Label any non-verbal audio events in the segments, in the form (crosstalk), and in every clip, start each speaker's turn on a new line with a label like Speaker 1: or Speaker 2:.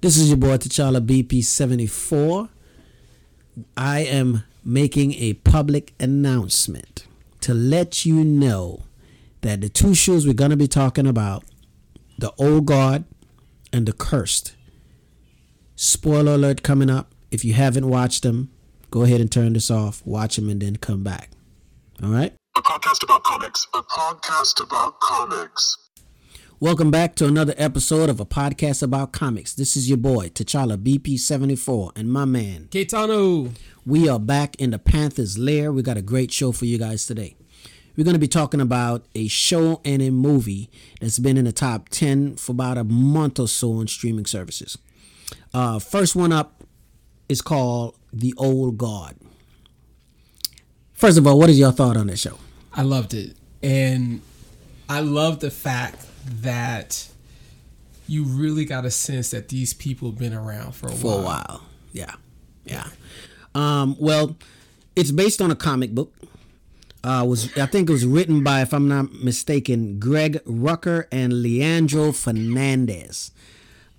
Speaker 1: This is your boy T'Challa BP74. I am making a public announcement to let you know that the two shows we're going to be talking about, The Old God and The Cursed. Spoiler alert coming up. If you haven't watched them, go ahead and turn this off, watch them, and then come back. All right?
Speaker 2: A podcast about comics. A podcast about comics.
Speaker 1: Welcome back to another episode of a podcast about comics. This is your boy, T'Challa BP74, and my man.
Speaker 3: Caetano.
Speaker 1: We are back in the Panthers' lair. We got a great show for you guys today. We're going to be talking about a show and a movie that's been in the top 10 for about a month or so on streaming services. Uh, first one up is called The Old God. First of all, what is your thought on that show?
Speaker 3: I loved it. And I love the fact that you really got a sense that these people have been around for a
Speaker 1: for
Speaker 3: while.
Speaker 1: a while. Yeah, yeah. Um, well, it's based on a comic book. Uh, was I think it was written by, if I'm not mistaken, Greg Rucker and Leandro Fernandez.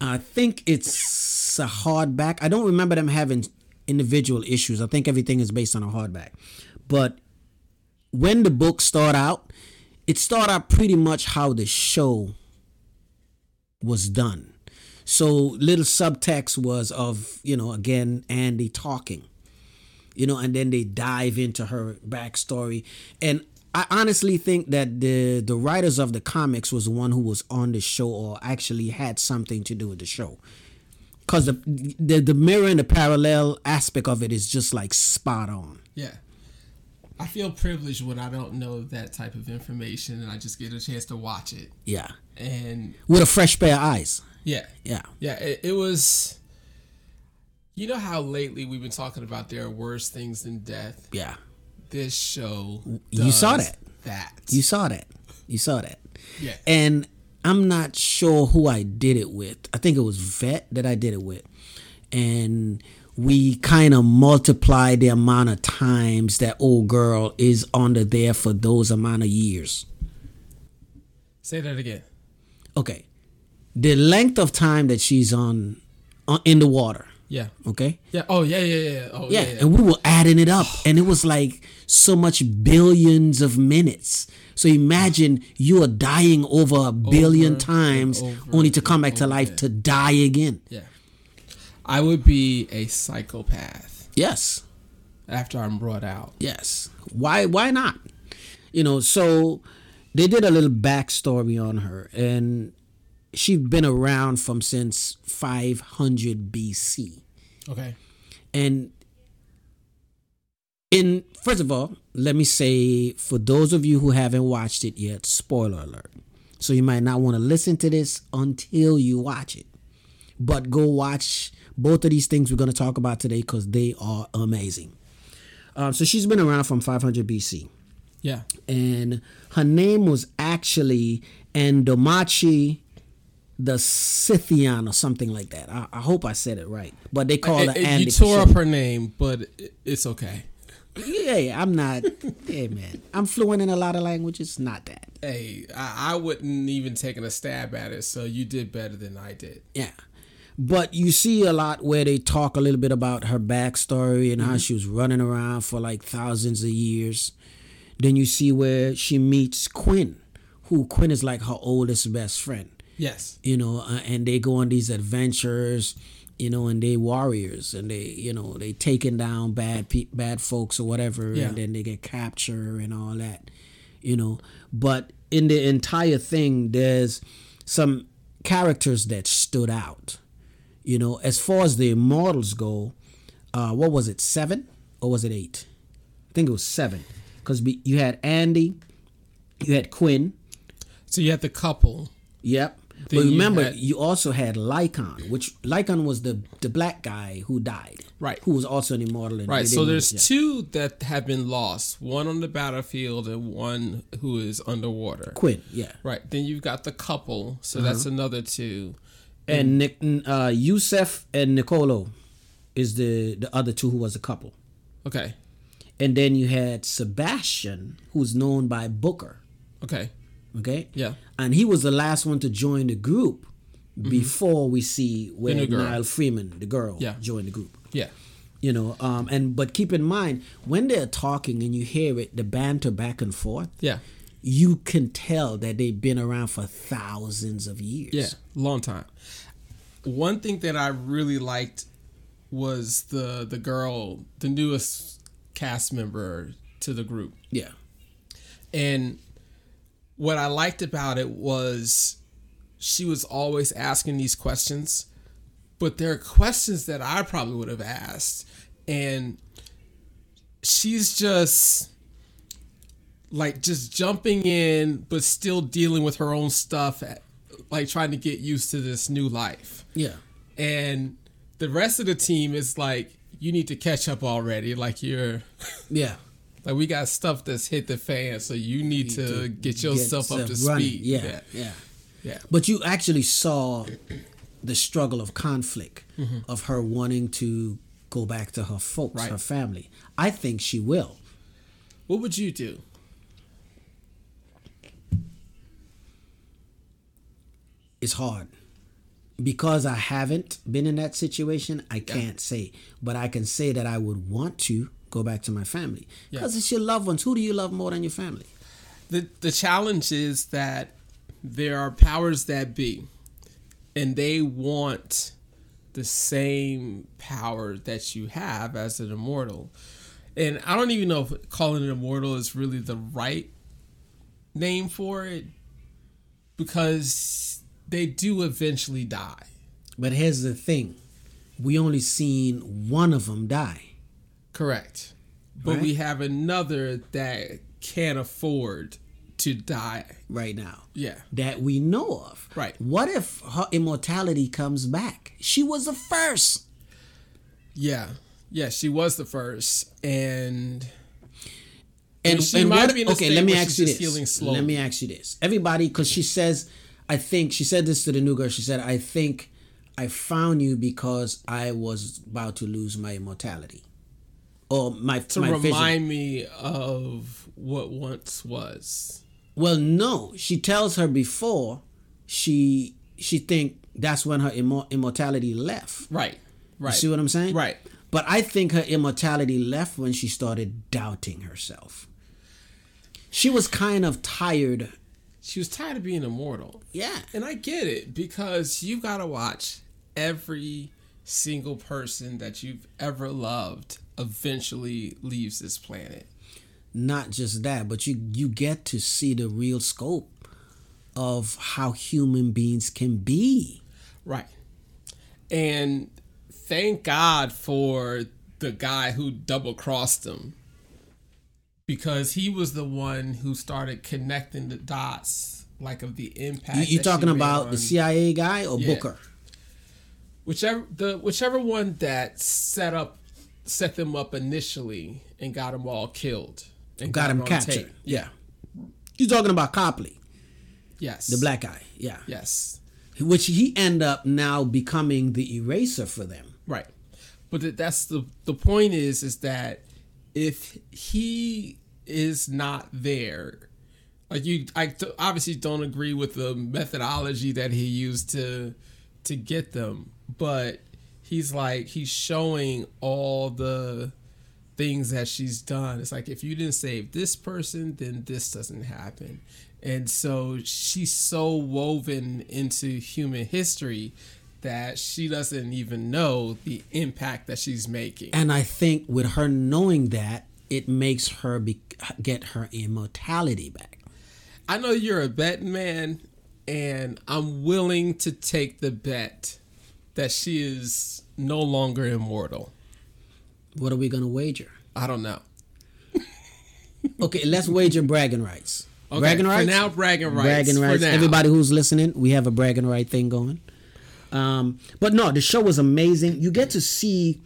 Speaker 1: I think it's a hardback. I don't remember them having individual issues. I think everything is based on a hardback. But when the book start out, it start out pretty much how the show was done. So little subtext was of, you know, again, Andy talking, you know, and then they dive into her backstory. And I honestly think that the the writers of the comics was the one who was on the show or actually had something to do with the show. Cause the the, the mirror and the parallel aspect of it is just like spot on.
Speaker 3: Yeah. I feel privileged when I don't know that type of information and I just get a chance to watch it.
Speaker 1: Yeah.
Speaker 3: And
Speaker 1: With a fresh pair of eyes.
Speaker 3: yeah.
Speaker 1: Yeah.
Speaker 3: Yeah, it, it was you know how lately we've been talking about there are worse things than death.
Speaker 1: Yeah.
Speaker 3: This show
Speaker 1: You saw
Speaker 3: does
Speaker 1: that.
Speaker 3: That.
Speaker 1: You saw that. You saw that.
Speaker 3: Yeah.
Speaker 1: And I'm not sure who I did it with. I think it was Vet that I did it with. And we kind of multiplied the amount of times that old girl is under there for those amount of years.
Speaker 3: Say that again.
Speaker 1: Okay. The length of time that she's on, on in the water.
Speaker 3: Yeah.
Speaker 1: Okay.
Speaker 3: Yeah. Oh yeah, yeah, yeah. yeah. Oh
Speaker 1: yeah,
Speaker 3: yeah. yeah.
Speaker 1: and we were adding it up and it was like so much billions of minutes so imagine you are dying over a billion
Speaker 3: Over
Speaker 1: times
Speaker 3: and over
Speaker 1: only to come
Speaker 3: and
Speaker 1: back to
Speaker 3: over,
Speaker 1: life
Speaker 3: yeah.
Speaker 1: to die again
Speaker 3: Yeah. I would be a psychopath
Speaker 1: yes
Speaker 3: after I'm brought out.
Speaker 1: yes why why not you know so they did a little backstory on her and she's been around from since 500 bc
Speaker 3: Okay.
Speaker 1: And in first of all, let me say for those of you who haven't watched it yet, spoiler alert. So you might not want to listen to this until you watch it. But go watch both of these things we're going to talk about today because they are amazing. Um, so she's been around from 500 BC,
Speaker 3: Yeah.
Speaker 1: and her name was actually Andomachi the Scythian or something like that. I, I hope I said it right, but they call
Speaker 3: Eh,
Speaker 1: her
Speaker 3: eh,
Speaker 1: Andy.
Speaker 3: you tore
Speaker 1: Pacifica.
Speaker 3: up her name, but i- it's okay.
Speaker 1: Yeah, yeah, I'm not. Yeah, man. I'm fluent in a lot of languages. Not that.
Speaker 3: Hey, I, I wouldn't even taken a stab at it, so you did better than I did.
Speaker 1: Yeah. But you see a lot where they talk a little bit about her backstory and how she was running around for like thousands of years. Then you see where she meets Quinn, who Quinn is like her oldest best friend,
Speaker 3: Yes.
Speaker 1: you know, uh, and they go on these adventures, you know, and they warriors and they, you know, they taking down bad pe- bad folks or whatever,
Speaker 3: Yeah.
Speaker 1: and then they get captured and all that. you know. But in the entire thing, there's some characters that stood out, you know. As far as the immortals go, uh, what was it, seven or was it eight? I think it was seven, because you had Andy, you had Quinn,
Speaker 3: So you had the couple.
Speaker 1: Yep.
Speaker 3: Then
Speaker 1: but
Speaker 3: you
Speaker 1: remember, you,
Speaker 3: had-
Speaker 1: also had Lycon, which Lycon was the the black guy who died,
Speaker 3: Right.
Speaker 1: Who was also an immortal. And
Speaker 3: Right.
Speaker 1: they
Speaker 3: So
Speaker 1: didn't-
Speaker 3: there's
Speaker 1: yeah.
Speaker 3: two that have been lost one on the battlefield and one who is underwater.
Speaker 1: Quinn, yeah,
Speaker 3: Right. Then you've got the couple.
Speaker 1: Mm-hmm.
Speaker 3: So that's another two.
Speaker 1: and Nick, uh, Yusef and Nicolo is the the other two who was a couple,
Speaker 3: Okay.
Speaker 1: and then you had Sebastian, who's known by Booker,
Speaker 3: Okay.
Speaker 1: okay,
Speaker 3: Yeah.
Speaker 1: and he was the last one to join the group before we see where
Speaker 3: new girl.
Speaker 1: Niall Freeman, the girl,
Speaker 3: Yeah.
Speaker 1: joined the group.
Speaker 3: Yeah.
Speaker 1: You know, um, and but keep in mind when they're talking and you hear it, the banter back and forth.
Speaker 3: Yeah.
Speaker 1: you can tell that they've been around for thousands of years.
Speaker 3: Yeah, long time. One thing that I really liked was the the girl, the newest cast member to the group.
Speaker 1: yeah,
Speaker 3: And what I liked about it was she was always asking these questions, but there are questions that I probably would have asked. And she's just like just jumping in, but still dealing with her own stuff, like trying to get used to this new life
Speaker 1: yeah,
Speaker 3: and the rest of the team is like you need to catch up already like you're
Speaker 1: yeah.
Speaker 3: like we got stuff that's hit the fan so you need to get yourself up to
Speaker 1: Get running.
Speaker 3: speed
Speaker 1: Yeah,
Speaker 3: yeah
Speaker 1: yeah,
Speaker 3: yeah
Speaker 1: But you actually saw the struggle of conflict of her wanting to go back to her folks,
Speaker 3: Mm-hmm. Right.
Speaker 1: her family. I think she will.
Speaker 3: what would you do
Speaker 1: It's hard because I haven't been in that situation. I can't say, but I can say that I would want to go back to my family because it's your loved ones. Who do you love more than your family?
Speaker 3: the the challenge is that there are powers that be and they want the same power that you have as an immortal and i don't even know if calling it immortal is really the right name for it because they do eventually die
Speaker 1: But here's the thing we only seen one of them die.
Speaker 3: correct but we have another that can't afford to die
Speaker 1: right now
Speaker 3: yeah
Speaker 1: that we know of.
Speaker 3: Right.
Speaker 1: What if her immortality comes back? She was the first.
Speaker 3: yeah yeah she was the first and
Speaker 1: And,
Speaker 3: she might be in a
Speaker 1: okay,
Speaker 3: state
Speaker 1: let me
Speaker 3: where
Speaker 1: ask
Speaker 3: she's
Speaker 1: you
Speaker 3: just healing
Speaker 1: this.
Speaker 3: slowly.
Speaker 1: Let me ask you this. Everybody, because she says, I think she said this to the new girl. She said, I think I found you because I was about to lose my immortality, or my
Speaker 3: to
Speaker 1: my vision.
Speaker 3: remind me of what once was.
Speaker 1: Well, no. She tells her before she she think that's when her immor- immortality left.
Speaker 3: Right. Right.
Speaker 1: See what I'm saying?
Speaker 3: Right.
Speaker 1: But I think her immortality left when she started doubting herself. She was kind of tired.
Speaker 3: She was tired of being immortal.
Speaker 1: Yeah.
Speaker 3: And I get it because you got to watch every single person that you've ever loved eventually leaves this planet.
Speaker 1: Not just that, but you you get to see the real scope of how human beings can be.
Speaker 3: Right. And thank God for the guy who double crossed him because he was the one who started connecting the dots like of the impact
Speaker 1: You, you
Speaker 3: that she
Speaker 1: talking
Speaker 3: made
Speaker 1: about the
Speaker 3: on-
Speaker 1: CIA guy or
Speaker 3: Yeah.
Speaker 1: Booker?
Speaker 3: whichever the whichever one that set up set them up initially and got them all killed and
Speaker 1: Got him
Speaker 3: on
Speaker 1: captured.
Speaker 3: tape. Yeah.
Speaker 1: You talking about Copley,
Speaker 3: Yes.
Speaker 1: the black guy? Yeah.
Speaker 3: Yes.
Speaker 1: Which he end up now becoming the eraser for them.
Speaker 3: Right. But th- that's the the point is is that if he is not there, like you, I t- obviously don't agree with the methodology that he used to to get them, but he's like he's showing all the things that she's done. It's like if you didn't save this person, then this doesn't happen. And so she's so woven into human history that she doesn't even know the impact that she's making.
Speaker 1: And I think with her knowing that, it makes her be- get her immortality back.
Speaker 3: I know you're a bet man, and I'm willing to take the bet that she is no longer immortal.
Speaker 1: What are we going to wager?
Speaker 3: I don't know.
Speaker 1: Okay, let's wager bragging rights.
Speaker 3: Okay,
Speaker 1: bragging
Speaker 3: for
Speaker 1: rights?
Speaker 3: now, bragging rights.
Speaker 1: bragging
Speaker 3: For
Speaker 1: rights.
Speaker 3: now.
Speaker 1: Everybody who's listening, we have a bragging right thing going. Um, but no, the show was amazing. You get to see.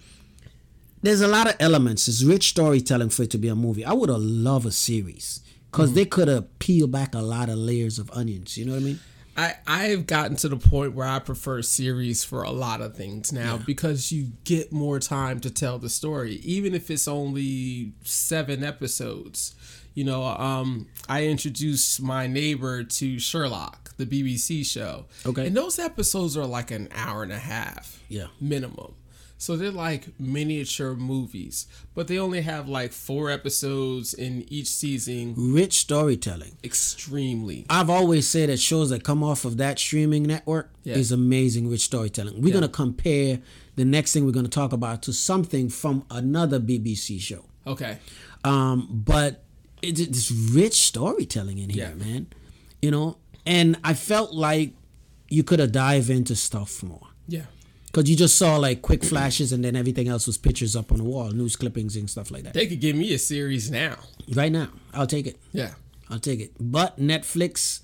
Speaker 1: There's a lot of elements. It's rich storytelling for it to be a movie. I would
Speaker 3: Mm-hmm.
Speaker 1: have loved a series because they could have peeled back a lot of layers of onions. You know what I mean?
Speaker 3: I I've gotten to the point where I prefer series for a lot of things now because you get more time to tell the story, even if it's only seven episodes. You know, um, I introduced my neighbor to Sherlock, the BBC show.
Speaker 1: Okay.
Speaker 3: and those episodes are like an hour and a half.
Speaker 1: Yeah.
Speaker 3: minimum. So they're like miniature movies, but they only have like four episodes in each season.
Speaker 1: Rich storytelling.
Speaker 3: Extremely.
Speaker 1: I've always said that shows that come off of that streaming network
Speaker 3: Yeah.
Speaker 1: is amazing rich storytelling. We're gonna compare the next thing we're gonna talk about to something from another BBC show.
Speaker 3: Okay.
Speaker 1: Um, but it's, it's rich storytelling in here,
Speaker 3: Yeah.
Speaker 1: man. You know, and I felt like you could have dive into stuff more
Speaker 3: Yeah.
Speaker 1: because you just saw like quick flashes, and then everything else was pictures up on the wall, news clippings and stuff like that.
Speaker 3: They could give me a series now.
Speaker 1: Right now, I'll take it.
Speaker 3: Yeah.
Speaker 1: I'll take it. But Netflix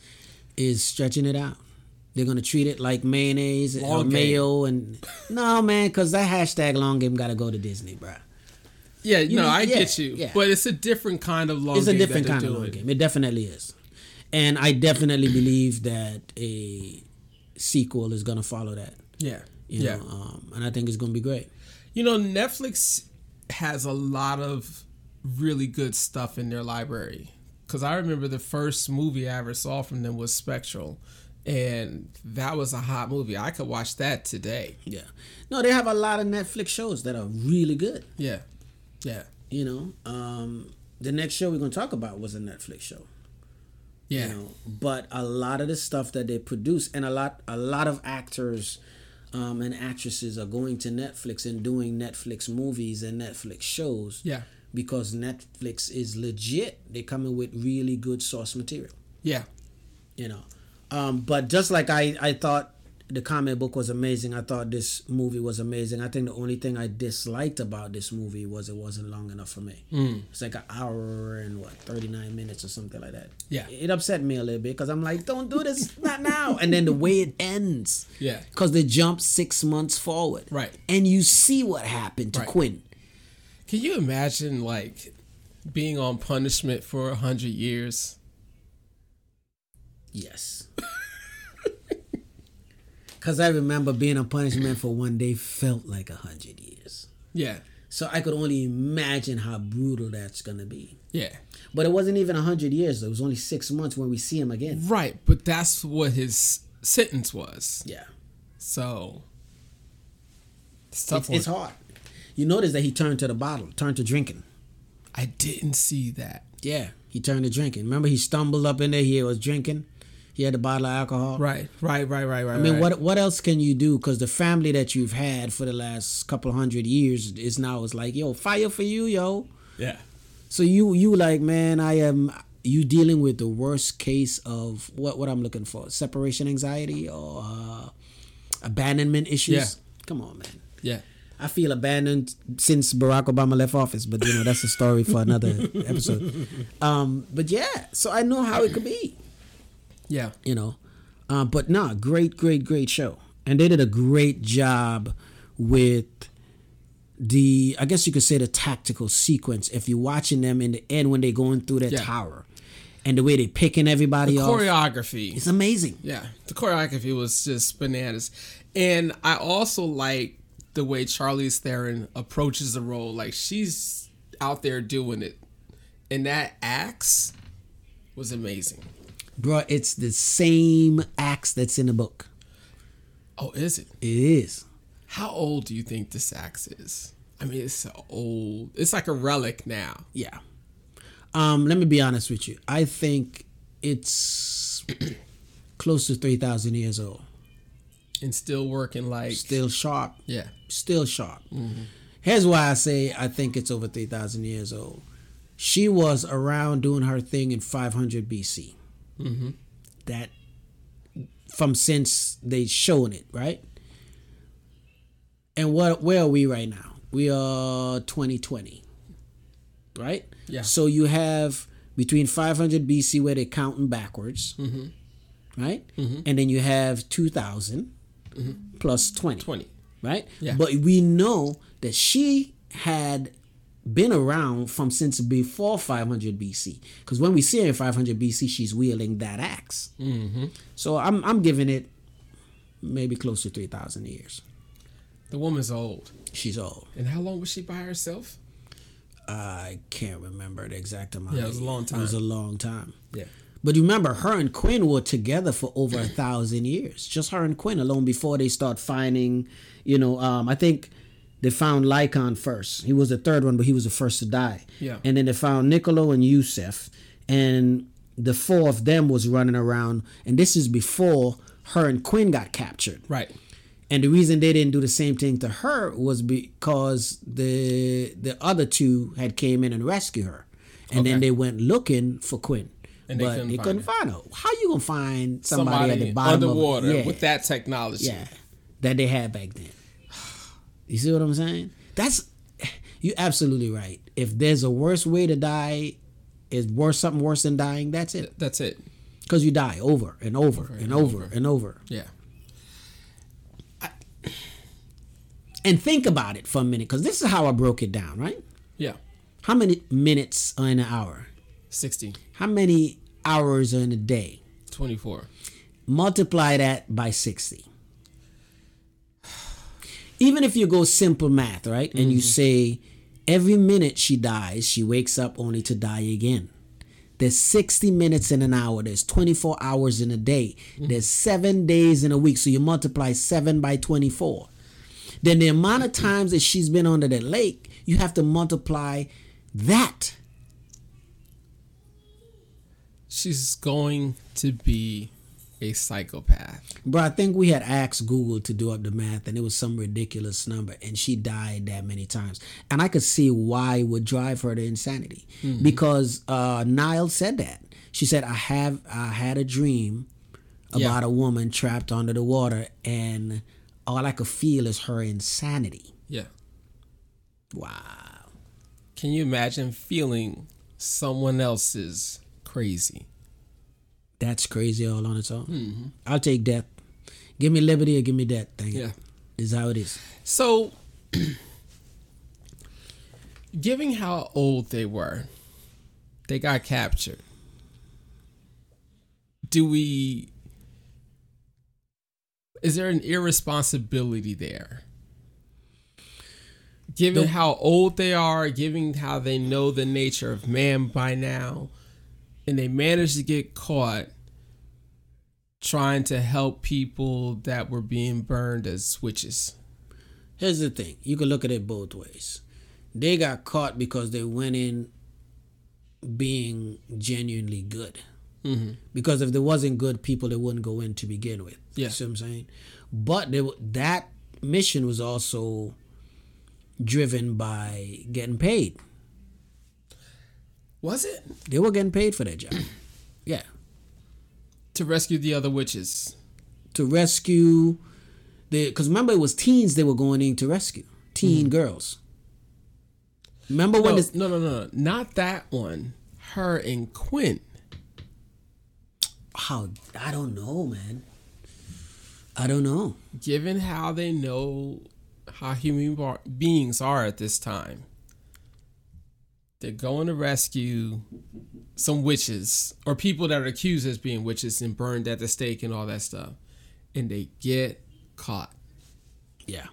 Speaker 1: is stretching it out. They're gonna treat it like mayonnaise or
Speaker 3: Long game.
Speaker 1: mayo, and
Speaker 3: (laughs)
Speaker 1: no man, because that hashtag long game gotta go to Disney, bruh.
Speaker 3: Yeah, no,
Speaker 1: need-
Speaker 3: I
Speaker 1: yeah,
Speaker 3: get you.
Speaker 1: yeah.
Speaker 3: But it's a different kind of long
Speaker 1: It's a
Speaker 3: game that
Speaker 1: different
Speaker 3: they're
Speaker 1: kind of long
Speaker 3: doing.
Speaker 1: game. It definitely is, and I definitely believe that a sequel is gonna follow that.
Speaker 3: Yeah.
Speaker 1: You
Speaker 3: yeah.
Speaker 1: know, um, and I think it's gonna be great.
Speaker 3: You know, Netflix has a lot of really good stuff in their library. Because I remember the first movie I ever saw from them was Spectral. And that was a hot movie. I could watch that today.
Speaker 1: Yeah, no, they have a lot of Netflix shows that are really good.
Speaker 3: Yeah. Yeah.
Speaker 1: You know, um, the next show we're gonna talk about was a Netflix show.
Speaker 3: Yeah.
Speaker 1: you know but a lot of the stuff that they produce and a lot a lot of actors um, and actresses are going to netflix and doing netflix movies and netflix shows
Speaker 3: Yeah.
Speaker 1: because netflix is legit they're coming with really good source material
Speaker 3: Yeah.
Speaker 1: you know um, but just like I, I thought the comic book was amazing i thought this movie was amazing i think the only thing i disliked about this movie was it wasn't long enough for me
Speaker 3: Mm.
Speaker 1: it's like an hour and what 39 minutes or something like that
Speaker 3: Yeah.
Speaker 1: it upset me a little bit because i'm like don't do this not now and then the way it ends
Speaker 3: Yeah.
Speaker 1: because they jump six months forward
Speaker 3: Right.
Speaker 1: and you see what happened to
Speaker 3: Right.
Speaker 1: quinn
Speaker 3: Can you imagine, like, being on punishment for a 100 years?
Speaker 1: Yes. (laughs) Cause I remember being on punishment for one day felt like a hundred years.
Speaker 3: Yeah.
Speaker 1: So I could only imagine how brutal that's gonna be.
Speaker 3: Yeah.
Speaker 1: But it wasn't even a hundred years; it was only six months when we see him again.
Speaker 3: Right. But that's what his sentence was.
Speaker 1: Yeah,
Speaker 3: So it's a tough
Speaker 1: it's
Speaker 3: one.
Speaker 1: hard. You notice that he turned to the bottle, turned to drinking.
Speaker 3: I didn't see that.
Speaker 1: Yeah, he turned to drinking. Remember, he stumbled up in there. He was drinking. He had a bottle of alcohol.
Speaker 3: Right, right, right, right, right.
Speaker 1: I mean, what what else can you do? Because the family that you've had for the last couple hundred years is now is like, yo, fire for you, yo.
Speaker 3: Yeah,
Speaker 1: So you you like man, I am you dealing with the worst case of what what I'm looking for separation anxiety or uh, abandonment issues.
Speaker 3: Yeah.
Speaker 1: Come on, man.
Speaker 3: yeah,
Speaker 1: I feel abandoned since Barack Obama left office, but you know that's a story for another (laughs) episode. Um, but yeah, so I know how it could be,
Speaker 3: yeah,
Speaker 1: you know. Uh, but nah, great, great, great show, and they did a great job with the I guess you could say the tactical sequence if you're watching them in the end when they're going through that
Speaker 3: Yeah.
Speaker 1: tower and the way they're picking everybody off.
Speaker 3: Choreography.
Speaker 1: it's amazing.
Speaker 3: Yeah, the choreography was just bananas, and I also like the way Charlize Theron approaches the role. Like she's out there doing it, and that axe was amazing.
Speaker 1: Bruh, it's the same axe that's in the book.
Speaker 3: Oh, is it?
Speaker 1: It is.
Speaker 3: How old do you think this axe is? I mean, it's so old. It's like a relic now.
Speaker 1: Yeah. Um, let me be honest with you. I think it's (clears throat) close to 3,000 years old.
Speaker 3: and still working like
Speaker 1: Still sharp.
Speaker 3: yeah Mm-hmm.
Speaker 1: Still sharp. Here's why I say I think it's over 3,000 years old. She was around doing her thing in 500 BC.
Speaker 3: Mm-hmm.
Speaker 1: That, from since they shown it, right? And what where are we right now? We are 2020. Right?
Speaker 3: Yeah.
Speaker 1: So you have between 500 BC where they're counting backwards.
Speaker 3: Mm-hmm.
Speaker 1: Right? And then you have 2000
Speaker 3: Mm-hmm.
Speaker 1: plus 20.
Speaker 3: 20
Speaker 1: Right?
Speaker 3: Yeah.
Speaker 1: But we know that she had been around from since before 500 BC. Because when we see her in 500 BC, she's wielding that ax
Speaker 3: Mm-hmm.
Speaker 1: So I'm I'm giving it maybe close to 3,000 years.
Speaker 3: The woman's old.
Speaker 1: She's old.
Speaker 3: And how long was she by herself?
Speaker 1: I can't remember the exact amount.
Speaker 3: Yeah, it was a long
Speaker 1: It was a
Speaker 3: time.
Speaker 1: long time.
Speaker 3: Yeah.
Speaker 1: But you remember, her and Quinn were together for over a thousand years. Just her and Quinn alone before they start finding, you know, um, I think they found Lycon first. He was the third one, but he was the first to die.
Speaker 3: Yeah.
Speaker 1: And then they found Niccolo and Yusef. And the four of them was running around. And this is before her and Quinn got captured.
Speaker 3: Right.
Speaker 1: And the reason they didn't do the same thing to her was because the the other two had came in and rescued her, and then
Speaker 3: Okay.
Speaker 1: they went looking for Quinn,
Speaker 3: And they
Speaker 1: but
Speaker 3: couldn't
Speaker 1: they
Speaker 3: find
Speaker 1: couldn't
Speaker 3: her.
Speaker 1: find her. How you gonna find somebody,
Speaker 3: Somebody,
Speaker 1: at the bottom
Speaker 3: underwater
Speaker 1: of, yeah,
Speaker 3: with that technology.
Speaker 1: Yeah, that they had back then. (sighs) You see what I'm saying? That's (sighs) you absolutely right. If there's a worse way to die, is worse something worse than dying. That's it,
Speaker 3: That's it.
Speaker 1: because you die over and over, and over and over.
Speaker 3: Yeah.
Speaker 1: And think about it for a minute, because this is how I broke it down, right?
Speaker 3: Yeah.
Speaker 1: How many minutes are in an hour?
Speaker 3: 60,
Speaker 1: How many hours are in a day?
Speaker 3: 24.
Speaker 1: Multiply that by 60. Even if you go simple math, right? And you say every minute she dies, she wakes up only to die again. There's 60 minutes in an hour. There's 24 hours in a day. There's seven days in a week. So you multiply seven by 24. Then the amount of times that she's been under that lake, you have to multiply that
Speaker 3: She's going to be a psychopath.
Speaker 1: Bro, I think we had asked Google to do up the math, and it was some ridiculous number, and she died that many times. And I could see why it would drive her to insanity
Speaker 3: Hmm.
Speaker 1: because uh, Niall said that. She said, "I have, I had a dream about
Speaker 3: Yeah.
Speaker 1: a woman trapped under the water, and all I could feel is her insanity."
Speaker 3: Yeah.
Speaker 1: Wow.
Speaker 3: Can you imagine feeling someone else's crazy?
Speaker 1: That's crazy all on its own.
Speaker 3: Hmm.
Speaker 1: I'll take death. Give me liberty or give me death. Thank you.
Speaker 3: Yeah.
Speaker 1: This is how it is.
Speaker 3: So, (clears throat) giving how old they were, they got captured. Do we. Is there an irresponsibility there? Given how old they are, given how they know the nature of man by now, and they managed to get caught trying to help people that were being burned as witches.
Speaker 1: Here's the thing: you can look at it both ways. They got caught because they went in being genuinely good.
Speaker 3: Mm-hmm.
Speaker 1: Because if there wasn't good people, they wouldn't go in to begin with.
Speaker 3: Yeah.
Speaker 1: You see what I'm saying? But they, were- that mission was also driven by getting paid.
Speaker 3: Was it
Speaker 1: They were getting paid for their job.
Speaker 3: (clears throat)
Speaker 1: yeah.
Speaker 3: to rescue the other witches?
Speaker 1: To rescue the, because remember it was teens they were going in to rescue, teen girls. Remember
Speaker 3: Mm-hmm. No,
Speaker 1: when this?
Speaker 3: no, no, no, no, not that one. Her and Quinn.
Speaker 1: How I don't know, man. I don't know.
Speaker 3: Given how they know how human bar- beings are at this time, they're going to rescue some witches or people that are accused as being witches and burned at the stake and all that stuff, and they get caught.
Speaker 1: Yeah.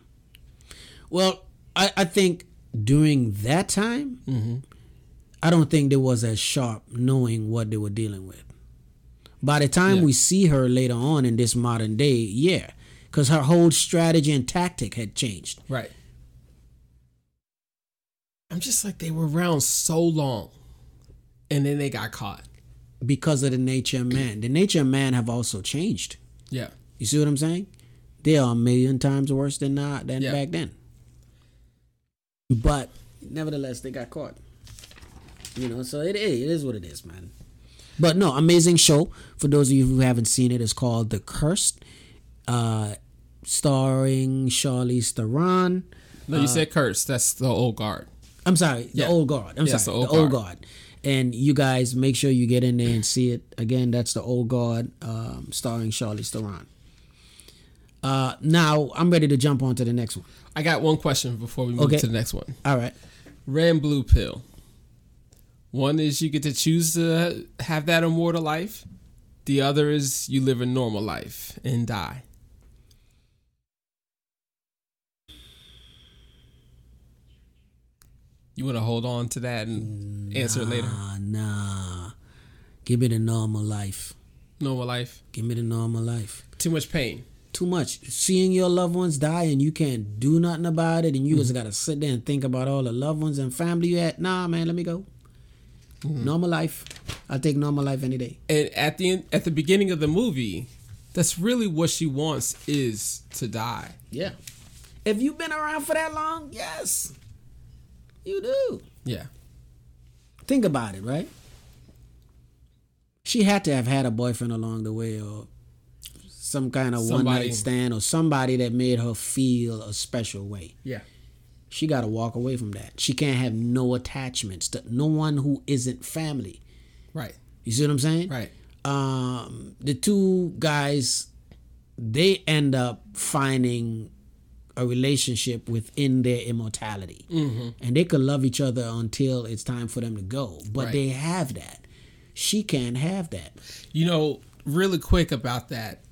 Speaker 1: Well, I, I think during that time, I don't think there was as sharp knowing what they were dealing with. By the time
Speaker 3: Yeah.
Speaker 1: we see her later on in this modern day, yeah, because her whole strategy and tactic had changed.
Speaker 3: Right. I'm just like they were around so long, and then they got caught.
Speaker 1: because of the nature of man. The nature of man have also changed.
Speaker 3: Yeah.
Speaker 1: You see what I'm saying? They are a million times worse than not than
Speaker 3: Yeah.
Speaker 1: back then. But nevertheless, they got caught. You know, so it, it is what it is, man. But no, amazing show. For those of you who haven't seen it, it's called The Cursed, uh, starring Charlize Theron.
Speaker 3: No, you said curse. That's the old guard.
Speaker 1: I'm sorry, the
Speaker 3: Yeah.
Speaker 1: old guard. I'm
Speaker 3: Yes,
Speaker 1: sorry,
Speaker 3: the
Speaker 1: the
Speaker 3: Old
Speaker 1: old guard. And you guys make sure you get in there and see it again. That's the old guard, um, starring Charlize Theron. Uh, now I'm ready to jump on to the next one.
Speaker 3: I got one question before we move
Speaker 1: Okay.
Speaker 3: to the next one.
Speaker 1: All right,
Speaker 3: red and blue pill. One is you get to choose to have that immortal life. The other is you live a normal life and die. You want to hold on to that and answer it later?
Speaker 1: Ah, nah. Give me the normal life.
Speaker 3: Normal life.
Speaker 1: Give me the normal life.
Speaker 3: Too much pain.
Speaker 1: Too much. Seeing your loved ones die and you can't do nothing about it, and you
Speaker 3: Mm-hmm.
Speaker 1: just gotta sit there and think about all the loved ones and family you had. Nah, man, let me go.
Speaker 3: Mm-hmm.
Speaker 1: Normal life. I'll take normal life any day.
Speaker 3: and at the end, at the beginning of the movie, that's really what she wants is to die.
Speaker 1: Yeah. If you've been around for that long, yes, you do.
Speaker 3: Yeah,
Speaker 1: Think about it, right? She had to have had a boyfriend along the way or some kind of one
Speaker 3: Somebody.
Speaker 1: night stand or somebody that made her feel a special way.
Speaker 3: yeah,
Speaker 1: She got to walk away from that. She can't have no attachments to no one who isn't family.
Speaker 3: right,
Speaker 1: You see what I'm saying?
Speaker 3: right,
Speaker 1: um, the two guys they end up finding a relationship within their immortality and they could love each other until it's time for them to go but
Speaker 3: Right.
Speaker 1: they have that she can't have that
Speaker 3: You know, really quick about that,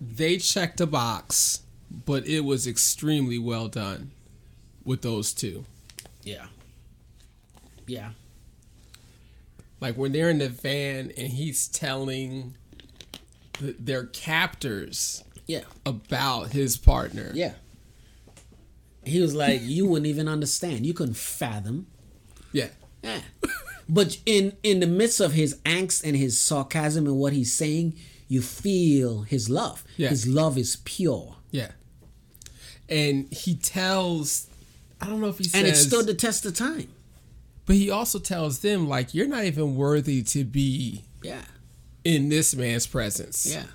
Speaker 3: they checked a box, but it was extremely well done with those two.
Speaker 1: yeah yeah
Speaker 3: Like when they're in the van and he's telling th- their captors
Speaker 1: yeah
Speaker 3: about his partner.
Speaker 1: yeah he was like you wouldn't even understand you couldn't fathom
Speaker 3: yeah,
Speaker 1: Yeah. (laughs) But in in the midst of his angst and his sarcasm and what he's saying, you feel his love.
Speaker 3: Yeah.
Speaker 1: His love is pure.
Speaker 3: yeah. And he tells, I don't know if he says,
Speaker 1: And it stood the test of time.
Speaker 3: But he also tells them, like, you're not even worthy to be
Speaker 1: Yeah.
Speaker 3: in this man's presence.
Speaker 1: Yeah.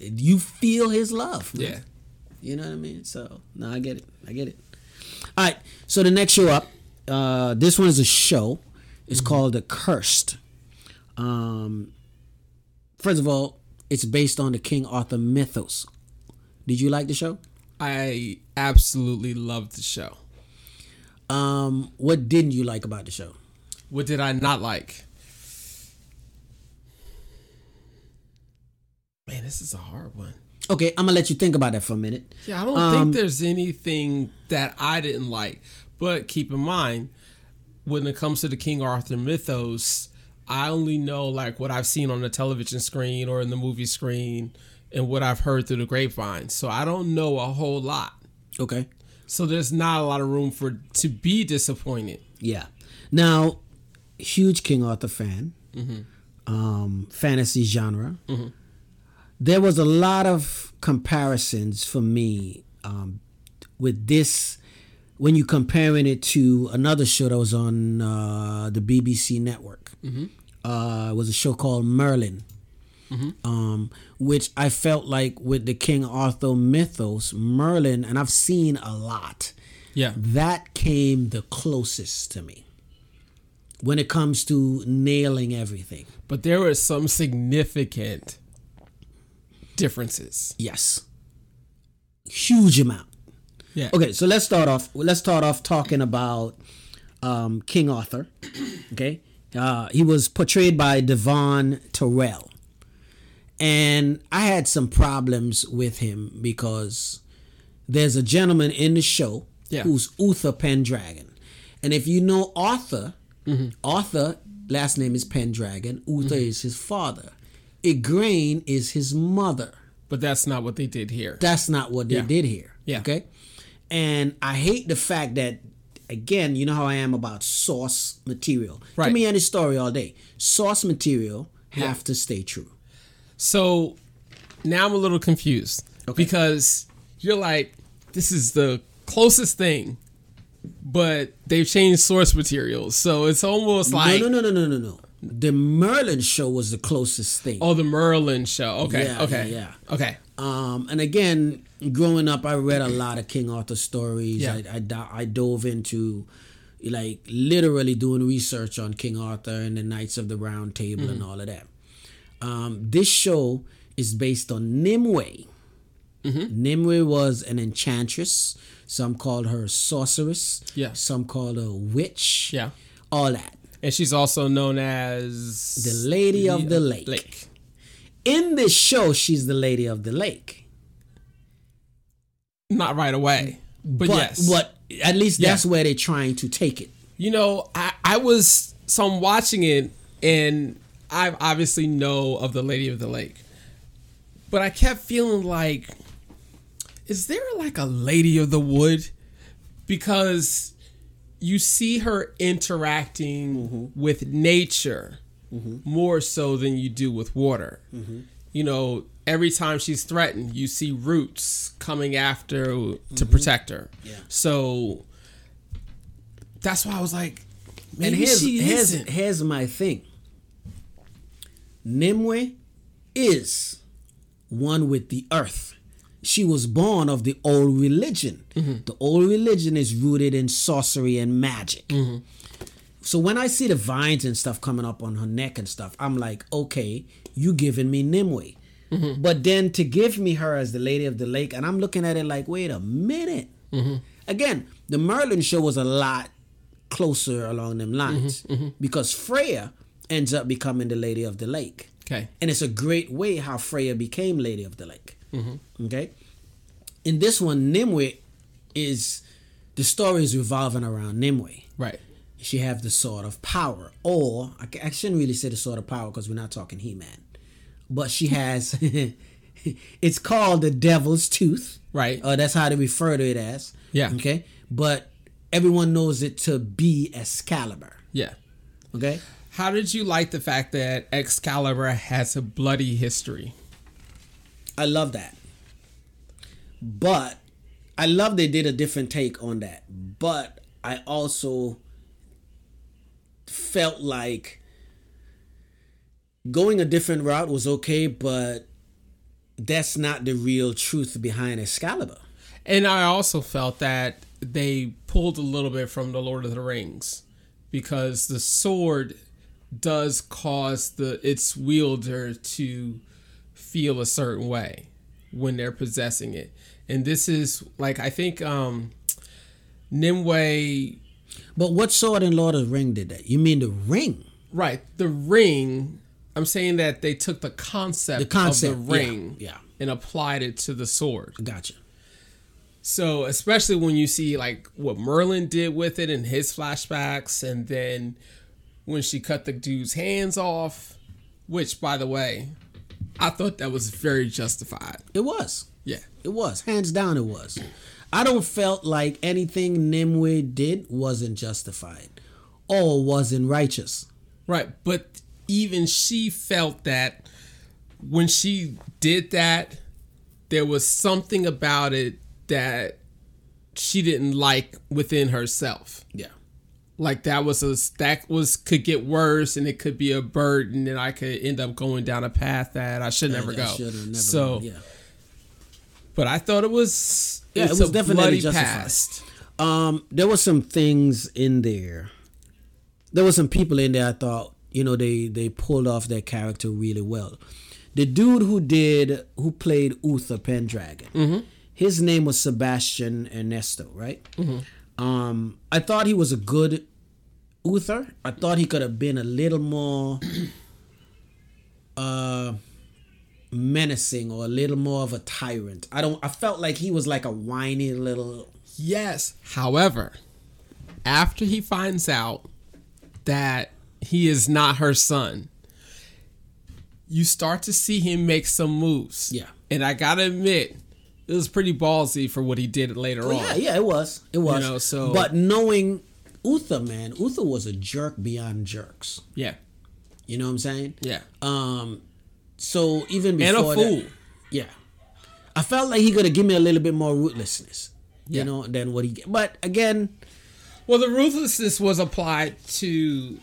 Speaker 1: You feel his love. man.
Speaker 3: Yeah.
Speaker 1: You know what I mean? So no, I get it. I get it. All right. So the next show up, uh, this one is a show. It's
Speaker 3: Mm-hmm.
Speaker 1: called The Cursed. Um, first of all, it's based on the King Arthur mythos. Did you like the show?
Speaker 3: I absolutely loved the show.
Speaker 1: Um, what didn't you like about the show?
Speaker 3: What did I not like? Man, this is a hard one. Um,
Speaker 1: Okay, I'm gonna let you think about that for a minute.
Speaker 3: Yeah, I don't think there's anything that I didn't like. But keep in mind, when it comes to the King Arthur mythos, I only know like what I've seen on the television screen or in the movie screen and what I've heard through the grapevine. So I don't know a whole lot.
Speaker 1: Okay.
Speaker 3: So there's not a lot of room for to be disappointed.
Speaker 1: Yeah. Now, huge King Arthur fan, um, fantasy genre. There was a lot of comparisons for me um, with this when you comparing it to another show that was on uh, the BBC network. Uh, it was a show called Merlin. Um, which I felt like with the King Arthur mythos, Merlin, and I've seen a lot
Speaker 3: Yeah.
Speaker 1: that came the closest to me when it comes to nailing everything.
Speaker 3: But there were some significant differences.
Speaker 1: Yes. Huge amount.
Speaker 3: Yeah.
Speaker 1: Okay, so let's start off. Let's start off talking about um, King Arthur. Okay, uh, he was portrayed by Devon Terrell, and I had some problems with him because there's a gentleman in the show
Speaker 3: Yeah.
Speaker 1: who's Uther Pendragon, and if you know Arthur,
Speaker 3: Mm-hmm.
Speaker 1: Arthur last name is Pendragon. Uther is his father. Igraine is his mother
Speaker 3: But that's not what they did here.
Speaker 1: that's not what they
Speaker 3: Yeah.
Speaker 1: did here.
Speaker 3: Yeah.
Speaker 1: Okay. And I hate the fact that again, you know how I am about source material.
Speaker 3: Right.
Speaker 1: Give me any story all day. Source material have to stay true.
Speaker 3: So now I'm a little confused because you're like, this is the closest thing, but they've changed source materials. So it's almost like,
Speaker 1: no, no, no, no, no, no, no. The Merlin show was the closest thing.
Speaker 3: oh, the Merlin show. Okay,
Speaker 1: Yeah,
Speaker 3: okay,
Speaker 1: yeah,
Speaker 3: okay.
Speaker 1: Um, and again, growing up, I read a lot of King Arthur stories.
Speaker 3: Yeah.
Speaker 1: I, I, do- I dove into like literally doing research on King Arthur and the Knights of the Round Table
Speaker 3: Mm-hmm.
Speaker 1: and all of that. Um, this show is based on Nimue,
Speaker 3: Mm-hmm.
Speaker 1: Nimue was an enchantress. Some called her sorceress.
Speaker 3: Yeah.
Speaker 1: Some called her witch.
Speaker 3: Yeah.
Speaker 1: All that.
Speaker 3: And she's also known as
Speaker 1: The Lady of the Lake.
Speaker 3: Lake.
Speaker 1: In this show, she's the Lady of the Lake.
Speaker 3: Not right away, but,
Speaker 1: But,
Speaker 3: yes.
Speaker 1: but at least
Speaker 3: Yeah.
Speaker 1: that's where they're trying to take it.
Speaker 3: You know, I, I was so I'm watching it, and I obviously know of the Lady of the Lake, but I kept feeling like, is there like a Lady of the Wood? Because you see her interacting
Speaker 1: Mm-hmm.
Speaker 3: with nature more so than you do with water.
Speaker 1: Mm-hmm.
Speaker 3: You know, every time she's threatened, you see roots coming after to protect her.
Speaker 1: Mm-hmm. Yeah.
Speaker 3: So that's why I was like, maybe
Speaker 1: and here's,
Speaker 3: she
Speaker 1: here's,
Speaker 3: isn't.
Speaker 1: here's my thing Nimue is one with the earth. She was born of the old religion.
Speaker 3: Mm-hmm.
Speaker 1: The old religion is rooted in sorcery and magic. So when I see the vines and stuff coming up on her neck and stuff, I'm like, okay, you giving me Nimue. But then to give me her as the Lady of the Lake, and I'm looking at it like, wait a minute. Again, the Merlin show was a lot closer along them lines because Freya ends up becoming the Lady of the Lake.
Speaker 3: Okay.
Speaker 1: And it's a great way how Freya became Lady of the Lake. Okay. In this one, Nimue is the story is revolving around Nimue
Speaker 3: Right.
Speaker 1: she have the sword of power or I, ca- I shouldn't really say the sword of power because we're not talking he-man but she has (laughs) it's called the devil's tooth
Speaker 3: Right.
Speaker 1: uh, that's how they refer to it as
Speaker 3: Yeah.
Speaker 1: okay but everyone knows it to be excalibur
Speaker 3: Yeah.
Speaker 1: okay
Speaker 3: How did you like the fact that Excalibur has a bloody history?
Speaker 1: i love that but i love they did a different take on that but i also felt like going a different route was okay, but that's not the real truth behind Excalibur.
Speaker 3: And I also felt that they pulled a little bit from the Lord of the Rings because the sword does cause the its wielder to feel a certain way when they're possessing it. And this is like I think um Nimue
Speaker 1: But what sword in Lord of the Ring did that? You mean the ring?
Speaker 3: right, the ring I'm saying that they took the concept,
Speaker 1: The concept,
Speaker 3: of
Speaker 1: yeah,
Speaker 3: the ring
Speaker 1: yeah.
Speaker 3: and applied it to the sword.
Speaker 1: Gotcha.
Speaker 3: So especially when you see like what Merlin did with it in his flashbacks, and then when she cut the dude's hands off, which by the way, I thought that was very justified.
Speaker 1: It was.
Speaker 3: Yeah,
Speaker 1: It was. Hands down, it was. I don't felt like anything Nimue did wasn't justified or wasn't righteous.
Speaker 3: right. But even she felt that when she did that, there was something about it that she didn't like within herself.
Speaker 1: Yeah.
Speaker 3: like that was a that was could get worse and it could be a burden and I could end up going down a path that I should never go. so,
Speaker 1: yeah.
Speaker 3: but I thought it was
Speaker 1: Yeah, it
Speaker 3: it's
Speaker 1: was
Speaker 3: a
Speaker 1: definitely
Speaker 3: bloody
Speaker 1: justified.
Speaker 3: past.
Speaker 1: Um, there were some things in there. There were some people in there. I thought you know they they pulled off their character really well. The dude who did who played Uther Pendragon, his name was Sebastian Ernesto, right? Um, I thought he was a good Uther. I thought he could have been a little more (clears throat) uh, menacing or a little more of a tyrant. I don't. I felt like he was like a whiny little
Speaker 3: Yes. However, after he finds out that he is not her son, you start to see him make some moves.
Speaker 1: Yeah.
Speaker 3: And I gotta admit, it was pretty ballsy for what he did later on.
Speaker 1: Yeah, yeah, it was. It was.
Speaker 3: know, so-
Speaker 1: but knowing Uther, man, Uther was a jerk beyond jerks.
Speaker 3: Yeah.
Speaker 1: You know what I'm saying?
Speaker 3: Yeah.
Speaker 1: Um, so even
Speaker 3: And a
Speaker 1: before that-
Speaker 3: fool.
Speaker 1: yeah, I felt like he could have given me a little bit more rootlessness. You
Speaker 3: Yeah.
Speaker 1: know, than what he. But again,
Speaker 3: Well, the ruthlessness was applied to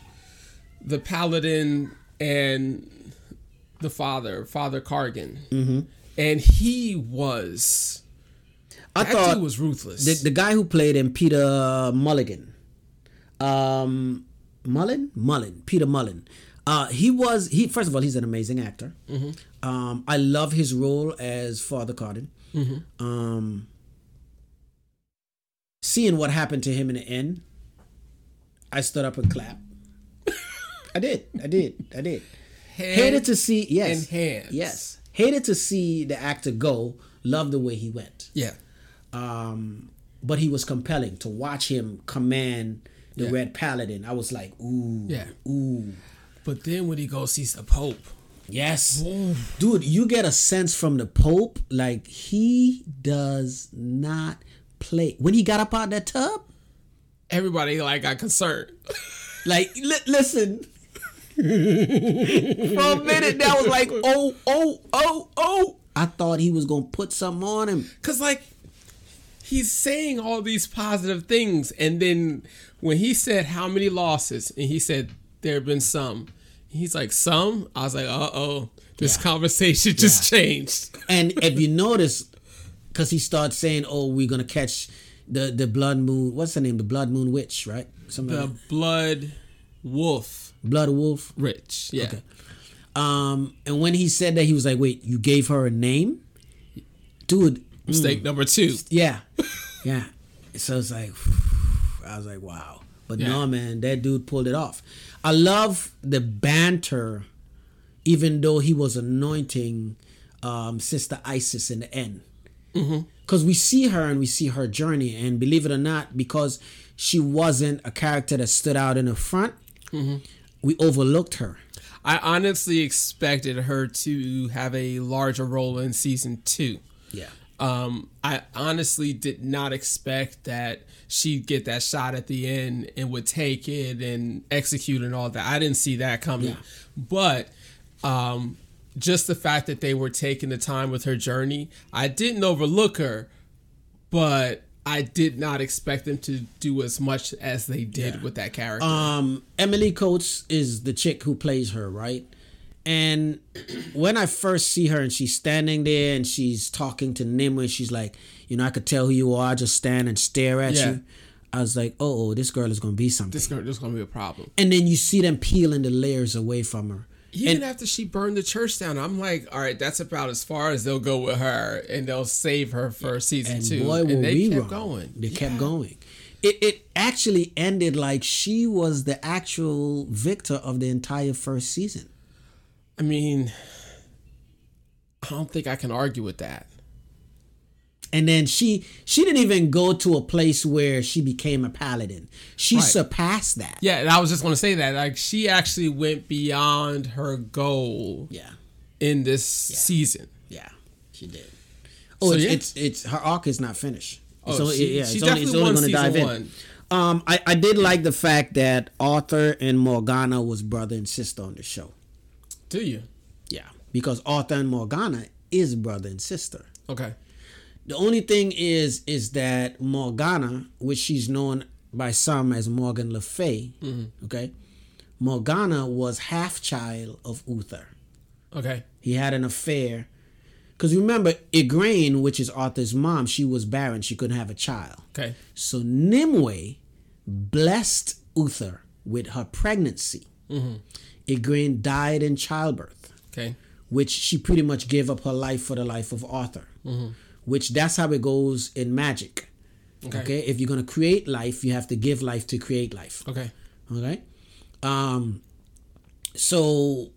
Speaker 3: the paladin and the father, Father Cargan, mm-hmm. and he was
Speaker 1: I
Speaker 3: that
Speaker 1: thought
Speaker 3: dude was ruthless.
Speaker 1: the, the guy who played him, Peter Mulligan, um, Mullen, Mullen, Peter Mullen. Uh, he
Speaker 3: Mm-hmm.
Speaker 1: was he. First of all, he's an amazing actor. Um, I love his role as Father Cardin.
Speaker 3: Mm-hmm.
Speaker 1: Um, seeing what happened to him in the end, I stood up and
Speaker 3: (laughs)
Speaker 1: clapped. I did. I did. I did. Hated to see. Yes.
Speaker 3: and hands.
Speaker 1: Yes. Hated to see the actor go. Loved the way he went
Speaker 3: Yeah.
Speaker 1: Um, but he was compelling to watch him command the
Speaker 3: Yeah.
Speaker 1: Red Paladin. I was like, ooh,
Speaker 3: Yeah.
Speaker 1: ooh,
Speaker 3: But then when he goes sees the Pope,
Speaker 1: yes, dude. You get a sense from the Pope, like he does not play when he got up out that tub.
Speaker 3: everybody like got concerned.
Speaker 1: Like, li- listen. (laughs) For a minute, that was like, oh, oh, oh, oh. I thought he was gonna put something on him.
Speaker 3: Cause like he's saying all these positive things, and then when he said how many losses, and he said there have been some, he's like some. I was like, uh oh, this conversation (laughs) just changed.
Speaker 1: And if you notice, because he starts saying, "Oh, we're gonna catch the the blood moon. What's her name? The blood moon witch, right? Something like
Speaker 3: The (laughs)
Speaker 1: that.
Speaker 3: blood wolf
Speaker 1: blood wolf."
Speaker 3: rich. Yeah.
Speaker 1: Um, and when he said that, he was like, "Wait, you gave her a name, dude?
Speaker 3: Mistake number two.
Speaker 1: Yeah, yeah." So it's like, I was like, "Wow." But no,
Speaker 3: Yeah.
Speaker 1: man, that dude pulled it off. I love the banter, even though he was anointing um, Sister Isis in the end. because we see her and we see her journey and believe it or not because she wasn't a character that stood out in the front we overlooked her
Speaker 3: I honestly expected her to have a larger role in season two.
Speaker 1: yeah
Speaker 3: Um, I honestly did not expect that she'd get that shot at the end and would take it and execute and all that. I didn't see that coming. But um, just the fact that they were taking the time with her journey, I didn't overlook her, but I did not expect them to do as much as they did with that character.
Speaker 1: um emily coates is the chick who plays her right and when i first see her and she's standing there and she's talking to nimue she's like you know i could tell who you are I just stand and stare at
Speaker 3: Yeah.
Speaker 1: you i was like oh, oh this girl is gonna be something
Speaker 3: This gonna- There's going to be a problem.
Speaker 1: and then you see them peeling the layers away from her
Speaker 3: Even after she burned the church down, I'm like, all right, that's about as far as they'll go with her, and they'll save her for season
Speaker 1: and
Speaker 3: two.
Speaker 1: boy, were
Speaker 3: and they
Speaker 1: we
Speaker 3: kept
Speaker 1: wrong.
Speaker 3: going.
Speaker 1: They kept going. It, it actually ended like she was the actual victor of the entire first season.
Speaker 3: I mean, I don't think I can argue with that.
Speaker 1: And then she she didn't even go to a place where she became a paladin. She
Speaker 3: Right.
Speaker 1: surpassed that.
Speaker 3: Yeah, and I was just going to say that, like, she actually went beyond her goal
Speaker 1: Yeah.
Speaker 3: in this season.
Speaker 1: Yeah. She did. Oh,
Speaker 3: So,
Speaker 1: it's,
Speaker 3: yeah.
Speaker 1: it's it's her arc is not finished.
Speaker 3: Oh,
Speaker 1: so
Speaker 3: she-
Speaker 1: yeah,
Speaker 3: she
Speaker 1: it's only, it's
Speaker 3: definitely
Speaker 1: only
Speaker 3: won
Speaker 1: going to
Speaker 3: season
Speaker 1: dive in.
Speaker 3: one.
Speaker 1: Um, I, I did like the fact that Arthur and Morgana was brother and sister on the show.
Speaker 3: Do you?
Speaker 1: Yeah, because Arthur and Morgana is brother and sister.
Speaker 3: Okay.
Speaker 1: The only thing is, is that Morgana, which she's known by some as Morgan Le Fay, okay, Morgana was half child of Uther.
Speaker 3: Okay.
Speaker 1: He had an affair, because remember Igraine, which is Arthur's mom, she was barren; she couldn't have a child.
Speaker 3: Okay.
Speaker 1: So Nimue blessed Uther with her pregnancy. Igraine died in childbirth
Speaker 3: Okay.
Speaker 1: which she pretty much gave up her life for the life of Arthur, which that's how it goes in magic. Okay.
Speaker 3: Okay.
Speaker 1: if you're gonna create life, you have to give life to create life.
Speaker 3: Okay.
Speaker 1: Okay, um, so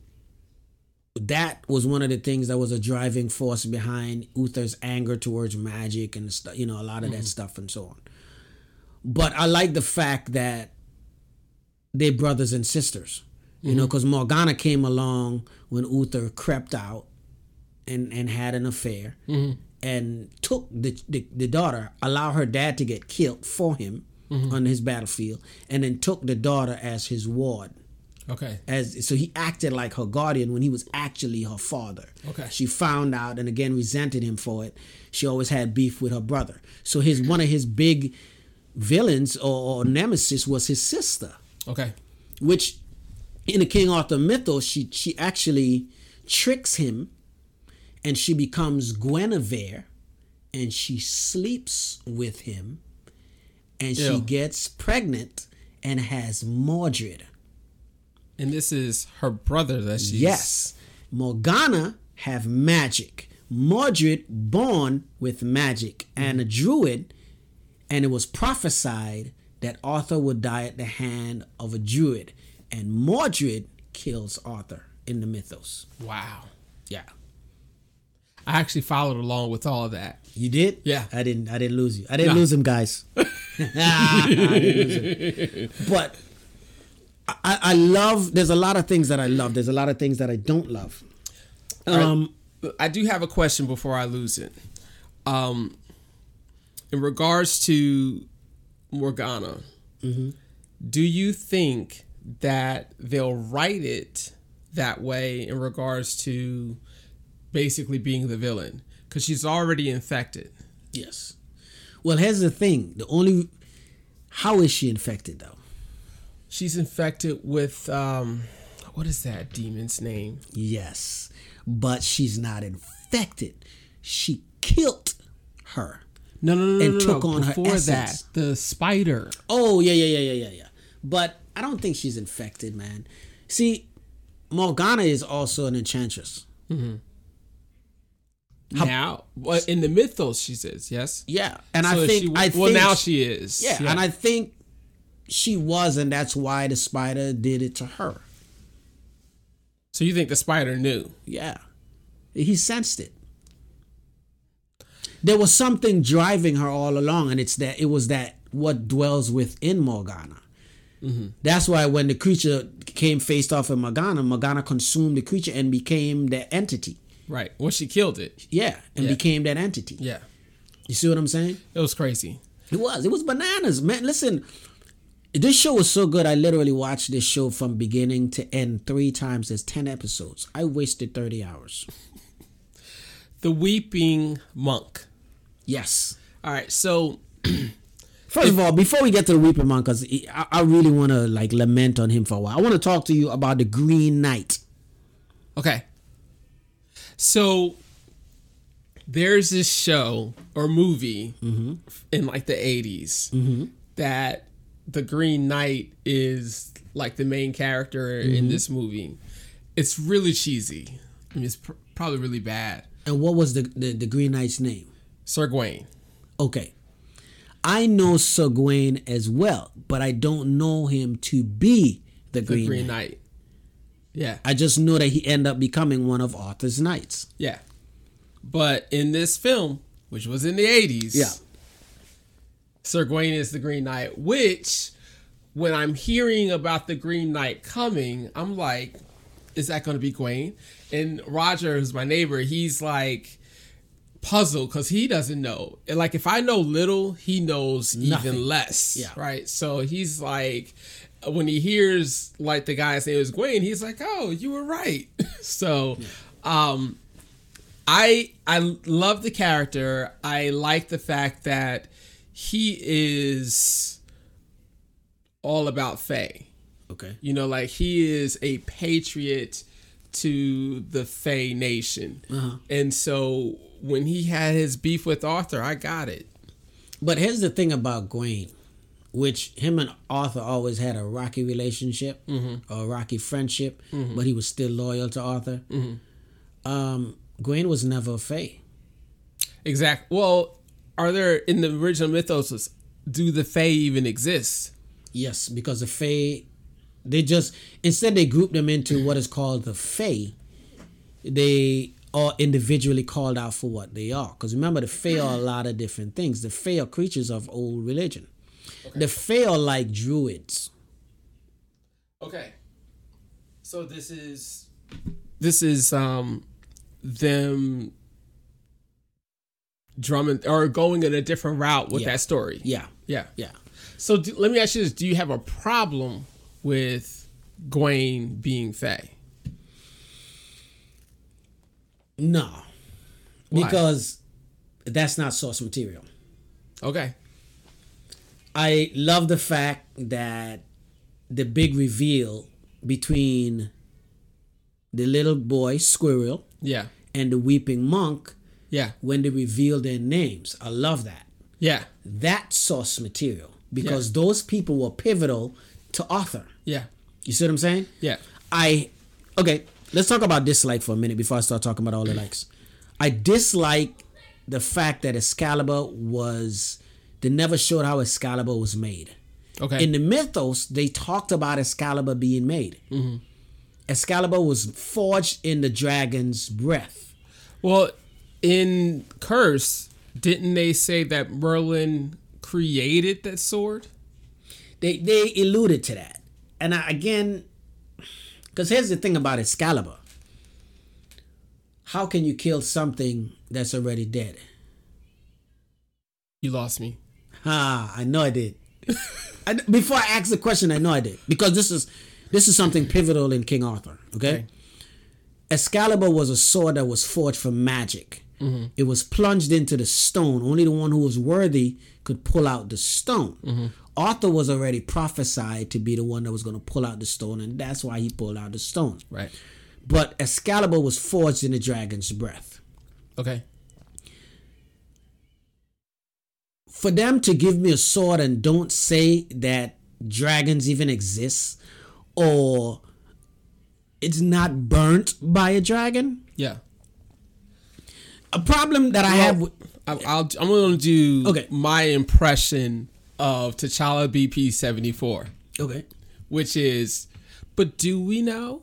Speaker 1: that was one of the things that was a driving force behind Uther's anger towards magic and stuff, you know, a lot of that stuff and so on. But I like the fact that they're brothers and sisters, you know, 'cause know, because Morgana came along when Uther crept out and and had an affair and took the, the the daughter, allowed her dad to get killed for him on his battlefield, and then took the daughter as his ward
Speaker 3: Okay.
Speaker 1: as so he acted like her guardian when he was actually her father.
Speaker 3: Okay.
Speaker 1: She found out and again resented him for it. She always had beef with her brother. So his one of his big villains or, or nemesis was his sister,
Speaker 3: Okay.
Speaker 1: which in the King Arthur mythos she she actually tricks him and she becomes Guinevere and she sleeps with him and she
Speaker 3: Ew.
Speaker 1: gets pregnant and has Mordred.
Speaker 3: And this is her brother that she's.
Speaker 1: Yes. Morgana have magic. Mordred born with magic and a druid, and it was prophesied that Arthur would die at the hand of a druid, and Mordred kills Arthur in the mythos.
Speaker 3: Wow.
Speaker 1: Yeah,
Speaker 3: I actually followed along with all that.
Speaker 1: you did.
Speaker 3: Yeah.
Speaker 1: I didn't. I didn't lose you. I didn't lose him, guys. I didn't lose him. But I, I love. There's a lot of things that I love. There's a lot of things that I don't love. Um,
Speaker 3: I do have a question before I lose it. Um, in regards to Morgana, Mm-hmm. do you think that they'll write it that way in regards to basically being the villain? Because she's already infected.
Speaker 1: Yes. Well, here's the thing. The only how is she infected though?
Speaker 3: She's infected with um, what is that demon's name?
Speaker 1: Yes. But she's not infected. She killed her.
Speaker 3: No, no, no, no,
Speaker 1: And
Speaker 3: no,
Speaker 1: took
Speaker 3: no.
Speaker 1: on her
Speaker 3: Before
Speaker 1: essence.
Speaker 3: that, the spider.
Speaker 1: Oh, yeah, yeah, yeah, yeah, yeah, yeah. But I don't think she's infected, man. See, Morgana is also an enchantress.
Speaker 3: now, well, in the mythos, she says yes.
Speaker 1: Yeah. And
Speaker 3: So
Speaker 1: I
Speaker 3: is
Speaker 1: think
Speaker 3: she,
Speaker 1: I
Speaker 3: well
Speaker 1: think
Speaker 3: now she is.
Speaker 1: yeah, and I think she was and that's why the spider did it to her.
Speaker 3: so you think the spider knew?
Speaker 1: Yeah. He sensed it. There was something driving her all along, and it's that it was that what dwells within Morgana. That's why when the creature came faced off with Morgana, Morgana consumed the creature and became that entity.
Speaker 3: Right. Well, she killed it.
Speaker 1: Yeah, and
Speaker 3: Yeah.
Speaker 1: became that entity.
Speaker 3: Yeah.
Speaker 1: You see what I'm saying?
Speaker 3: It was crazy.
Speaker 1: It was. It was bananas, man. Listen, this show was so good. I literally watched this show from beginning to end three times. There's 10 episodes. I wasted 30 hours.
Speaker 3: The weeping monk.
Speaker 1: Yes.
Speaker 3: All right. So
Speaker 1: First of all, before we get to the Weeping Monk, because I, I really want to like lament on him for a while. I want to talk to you about the Green Knight.
Speaker 3: okay. So there's this show or movie
Speaker 1: Mm-hmm.
Speaker 3: in like the 80s that the Green Knight is like the main character
Speaker 1: Mm-hmm.
Speaker 3: in this movie. It's really cheesy. I mean, it's pr- probably really bad.
Speaker 1: And what was the, the the Green Knight's name?
Speaker 3: Sir Gawain.
Speaker 1: Okay, I know Sir Gawain as well, but I don't know him to be the Green,
Speaker 3: The Green
Speaker 1: Knight.
Speaker 3: Knight. Yeah.
Speaker 1: I just know that he ended up becoming one of Arthur's knights.
Speaker 3: Yeah. But in this film, which was in the 80s,
Speaker 1: Yeah.
Speaker 3: Sir Gawain is the Green Knight, which when I'm hearing about the Green Knight coming, I'm like, is that going to be Gawain? And Roger, who's my neighbor, he's like puzzled because he doesn't know. And like, if I know little, he knows even less.
Speaker 1: Yeah.
Speaker 3: Right. So he's like, when he hears like the guy's name is Gawain, he's like, oh, you were right. (laughs) so, um, I I love the character. I like the fact that he is all about Faye.
Speaker 1: Okay,
Speaker 3: You know, like he is a patriot to the Faye nation. And so when he had his beef with Arthur, I got it.
Speaker 1: but here's the thing about Gawain, which him and Arthur always had a rocky relationship or a rocky friendship, but he was still loyal to Arthur. Um, Gawain was never a fae.
Speaker 3: Exact. Well, are there in the original mythos was- do the Fae even exist?
Speaker 1: Yes, because the Fae, they just instead they group them into what is called the Fae. They are individually called out for what they are. Because remember, the Fae are a lot of different things. The Fae are creatures of old religion. The Fae are like druids.
Speaker 3: Okay. So this is this is um them drumming or going in a different route with
Speaker 1: Yeah.
Speaker 3: that story.
Speaker 1: Yeah,
Speaker 3: Yeah.
Speaker 1: yeah.
Speaker 3: So do, let me ask you this: Do you have a problem with Gawain being Faye?
Speaker 1: No, because that's not source material.
Speaker 3: Okay.
Speaker 1: I love the fact that the big reveal between the little boy Squirrel
Speaker 3: Yeah.
Speaker 1: and the weeping monk
Speaker 3: Yeah.
Speaker 1: when they reveal their names. I love that.
Speaker 3: Yeah.
Speaker 1: That source material because those people were pivotal to Arthur.
Speaker 3: Yeah.
Speaker 1: You see what I'm saying?
Speaker 3: Yeah.
Speaker 1: I okay. Let's talk about dislike for a minute before I start talking about all the likes. I dislike the fact that Excalibur was they never showed how Excalibur was made.
Speaker 3: Okay.
Speaker 1: In the mythos, they talked about Excalibur being made. Excalibur was forged in the dragon's breath.
Speaker 3: well, in Curse, didn't they say that Merlin created that sword?
Speaker 1: They they alluded to that, and I, again, because here's the thing about Excalibur. How can you kill something that's already dead?
Speaker 3: You lost me.
Speaker 1: Ah, I know I did. I, before I asked the question, I know I did because this is this is something pivotal in King Arthur. Okay, Excalibur was a sword that was forged from magic. It was plunged into the stone. Only the one who was worthy could pull out the stone. Arthur was already prophesied to be the one that was going to pull out the stone, and that's why he pulled out the stone.
Speaker 3: Right.
Speaker 1: But Excalibur was forged in the dragon's breath.
Speaker 3: Okay.
Speaker 1: for them to give me a sword and don't say that dragons even exist or it's not burnt by a dragon
Speaker 3: Yeah.
Speaker 1: a problem that i have with,
Speaker 3: I, I'll, I'm going to do
Speaker 1: Okay.
Speaker 3: my impression of T'Challa BP 74.
Speaker 1: okay
Speaker 3: which is, but do we know?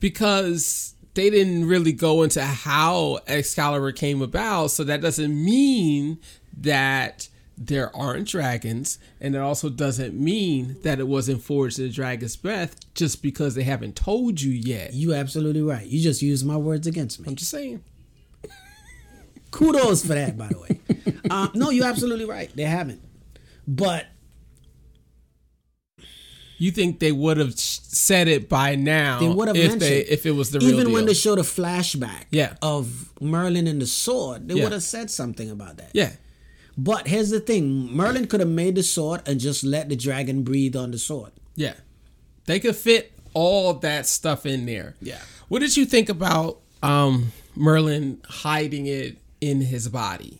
Speaker 3: Because they didn't really go into how Excalibur came about, so that doesn't mean that there aren't dragons, and it also doesn't mean that it wasn't forged in the dragon's breath just because they haven't told you yet.
Speaker 1: you absolutely right you just used my words against
Speaker 3: I'm
Speaker 1: me
Speaker 3: just saying.
Speaker 1: kudos for that by the
Speaker 3: (laughs)
Speaker 1: way um, no you're absolutely right they haven't but
Speaker 3: You think they would have sh- said it by now
Speaker 1: they would have
Speaker 3: Oh, if
Speaker 1: mentioned
Speaker 3: they if it was the real
Speaker 1: even
Speaker 3: deal.
Speaker 1: when they showed a flashback
Speaker 3: Yeah.
Speaker 1: of merlin and the sword they
Speaker 3: Yeah.
Speaker 1: would have said something about that
Speaker 3: yeah.
Speaker 1: But here's the thing Merlin could have made the sword and just let the dragon breathe on the sword.
Speaker 3: Yeah. They could fit all that stuff in there.
Speaker 1: Yeah.
Speaker 3: What did you think about um Merlin hiding it in his body?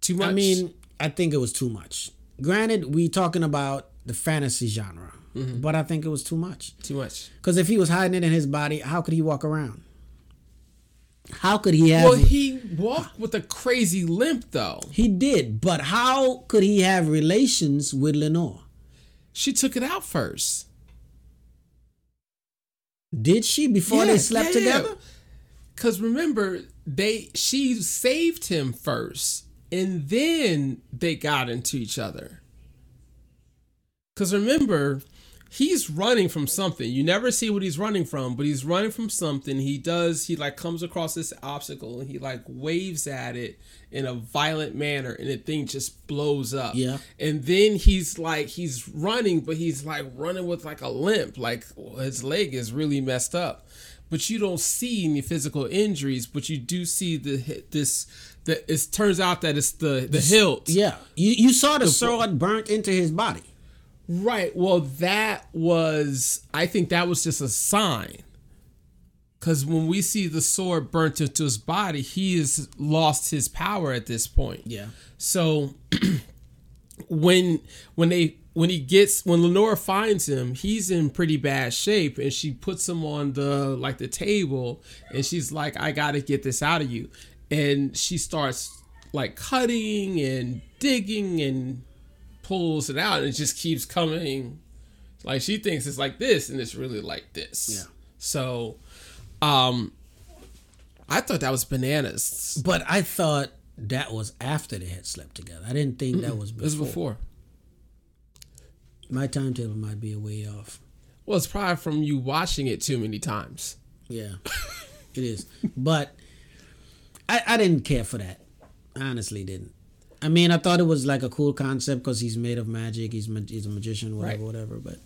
Speaker 3: Too much.
Speaker 1: I mean, I think it was too much. Granted, we talking about the fantasy genre, but I think it was too much.
Speaker 3: too much.
Speaker 1: Because if he was hiding it in his body, how could he walk around? How could he have?
Speaker 3: Well, he walked with a crazy limp though.
Speaker 1: he did, but how could he have relations with Lenore?
Speaker 3: She took it out first.
Speaker 1: Did she before they slept together?
Speaker 3: Cause remember, they she saved him first, and then they got into each other. Cause remember, he's running from something. You never see what he's running from, but he's running from something. He does. He like comes across this obstacle, and he like waves at it in a violent manner, and the thing just blows up.
Speaker 1: Yeah.
Speaker 3: And then he's like he's running, but he's like running with like a limp, like his leg is really messed up. But you don't see any physical injuries, but you do see the this. The, it turns out that it's the the hilt.
Speaker 1: Yeah, you you saw the sword burnt into his body.
Speaker 3: Right. Well, that was, I think that was just a sign. Because when we see the sword burnt into his body, he has lost his power at this point.
Speaker 1: Yeah.
Speaker 3: So (clears throat) when when they when he gets when Lenora finds him, he's in pretty bad shape, and she puts him on the like the table, and she's like, "I gotta get this out of you," and she starts like cutting and digging and pulls it out, and it just keeps coming. Like she thinks it's like this, and it's really like this.
Speaker 1: Yeah.
Speaker 3: So, um, I thought that was bananas.
Speaker 1: But I thought that was after they had slept together. I didn't think that was
Speaker 3: It was
Speaker 1: before.
Speaker 3: before.
Speaker 1: My timetable might be a way off.
Speaker 3: Well, it's probably from you watching it too many times. (laughs)
Speaker 1: Yeah, it is. But I, I didn't care for that. I honestly didn't. I mean, I thought it was like a cool concept because he's made of magic. He's ma- he's a magician, whatever,
Speaker 3: Right.
Speaker 1: whatever. But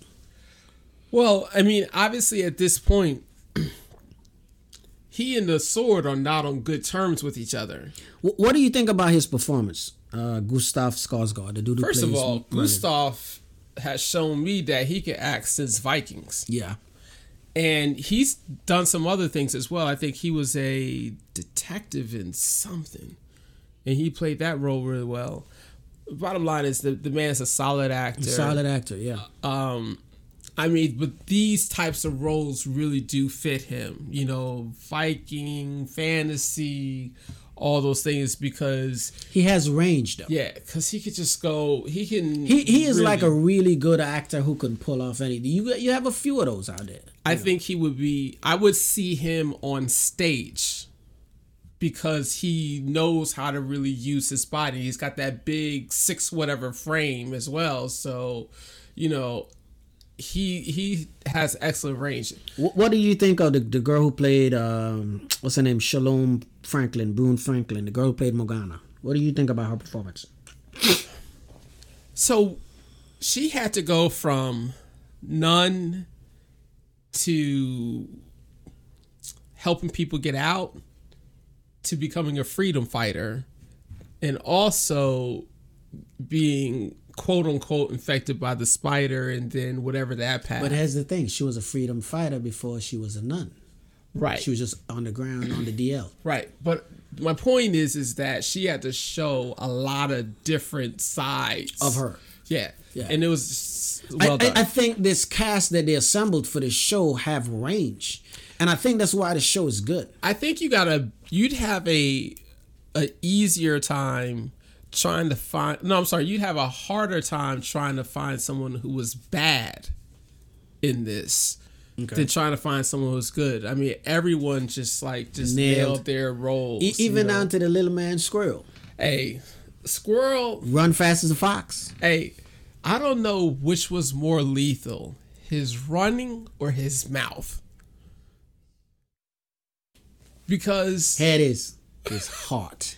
Speaker 3: Well, I mean, obviously at this point, (clears throat) he and the sword are not on good terms with each other.
Speaker 1: Wh- what do you think about his performance, uh, Gustav Skarsgård, the dude who
Speaker 3: First
Speaker 1: plays
Speaker 3: of all,
Speaker 1: Merlin?
Speaker 3: Gustav has shown me that he can act since Vikings,
Speaker 1: Yeah,
Speaker 3: and he's done some other things as well. I think he was a detective in something, and he played that role really well. Bottom line is the the man is a solid actor.
Speaker 1: solid actor. Yeah,
Speaker 3: um I mean, but these types of roles really do fit him. You know, Viking, fantasy, all those things because
Speaker 1: He has range though.
Speaker 3: yeah, because he could just go. He can.
Speaker 1: He, he is like a
Speaker 3: really-
Speaker 1: really good actor who can pull off anything. You you have a few of those out there.
Speaker 3: I think he would be. I would see him on stage because he knows how to really use his body. He's got that big six whatever frame as well. So, you know, he he has excellent range.
Speaker 1: What, what do you think of the, the girl who played um, what's her name? Shalom Franklin, Brune Franklin, the girl who played Morgana. What do you think about her performance?
Speaker 3: So she had to go from none to helping people get out to becoming a freedom fighter and also being quote unquote infected by the spider and then whatever that path.
Speaker 1: But here's the thing: she was a freedom fighter before she was a nun.
Speaker 3: right.
Speaker 1: She was just on the ground on the DL.
Speaker 3: Right. But my point is is that she had to show a lot of different sides
Speaker 1: Of her.
Speaker 3: Yeah.
Speaker 1: Yeah.
Speaker 3: And it was
Speaker 1: I-
Speaker 3: well
Speaker 1: I,
Speaker 3: done.
Speaker 1: I think this cast that they assembled for this show have range, and I think that's why the show is good.
Speaker 3: I think you gotta you'd have a a easier time trying to find no I'm sorry you'd have a harder time trying to find someone who was bad in this than trying to find someone who's good. I mean everyone just like just nailed,
Speaker 1: Nailed.
Speaker 3: their roles.
Speaker 1: E- even
Speaker 3: you know?
Speaker 1: down to the little man squirrel,
Speaker 3: hey squirrel
Speaker 1: run fast as a fox.
Speaker 3: hey I don't know which was more lethal his running or his mouth because
Speaker 1: Head is his
Speaker 3: (laughs)
Speaker 1: heart,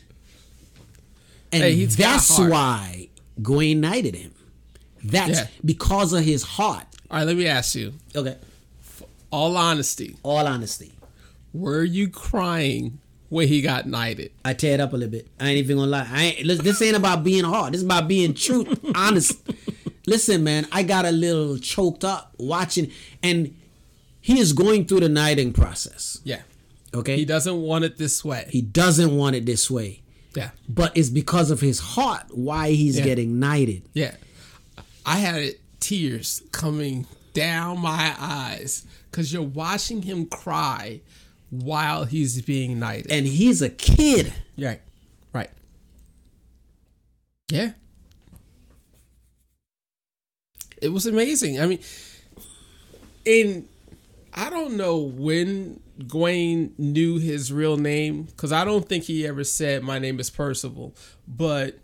Speaker 1: and
Speaker 3: Hey, he's got
Speaker 1: that's
Speaker 3: heart.
Speaker 1: why Gwen knighted him. That's
Speaker 3: Yeah.
Speaker 1: because of his heart.
Speaker 3: all right let me ask you
Speaker 1: Okay,
Speaker 3: all honesty
Speaker 1: all honesty,
Speaker 3: Were you crying when he got knighted?
Speaker 1: I tear it up a little bit. I ain't even gonna lie. I ain't, listen, this ain't about being hard. This is about being true, (laughs) honest. Listen, man, I got a little choked up watching, and he is going through the knighting process.
Speaker 3: Yeah.
Speaker 1: Okay,
Speaker 3: He doesn't want it this way.
Speaker 1: he doesn't want it this way,
Speaker 3: yeah.
Speaker 1: but it's because of his heart why he's
Speaker 3: Yeah.
Speaker 1: getting knighted.
Speaker 3: Yeah. I had tears coming down my eyes because you're watching him cry while he's being knighted.
Speaker 1: And he's a kid.
Speaker 3: yeah. Right. Yeah. It was amazing. I mean, and I don't know when Gawain knew his real name because I don't think he ever said my name is Percival, but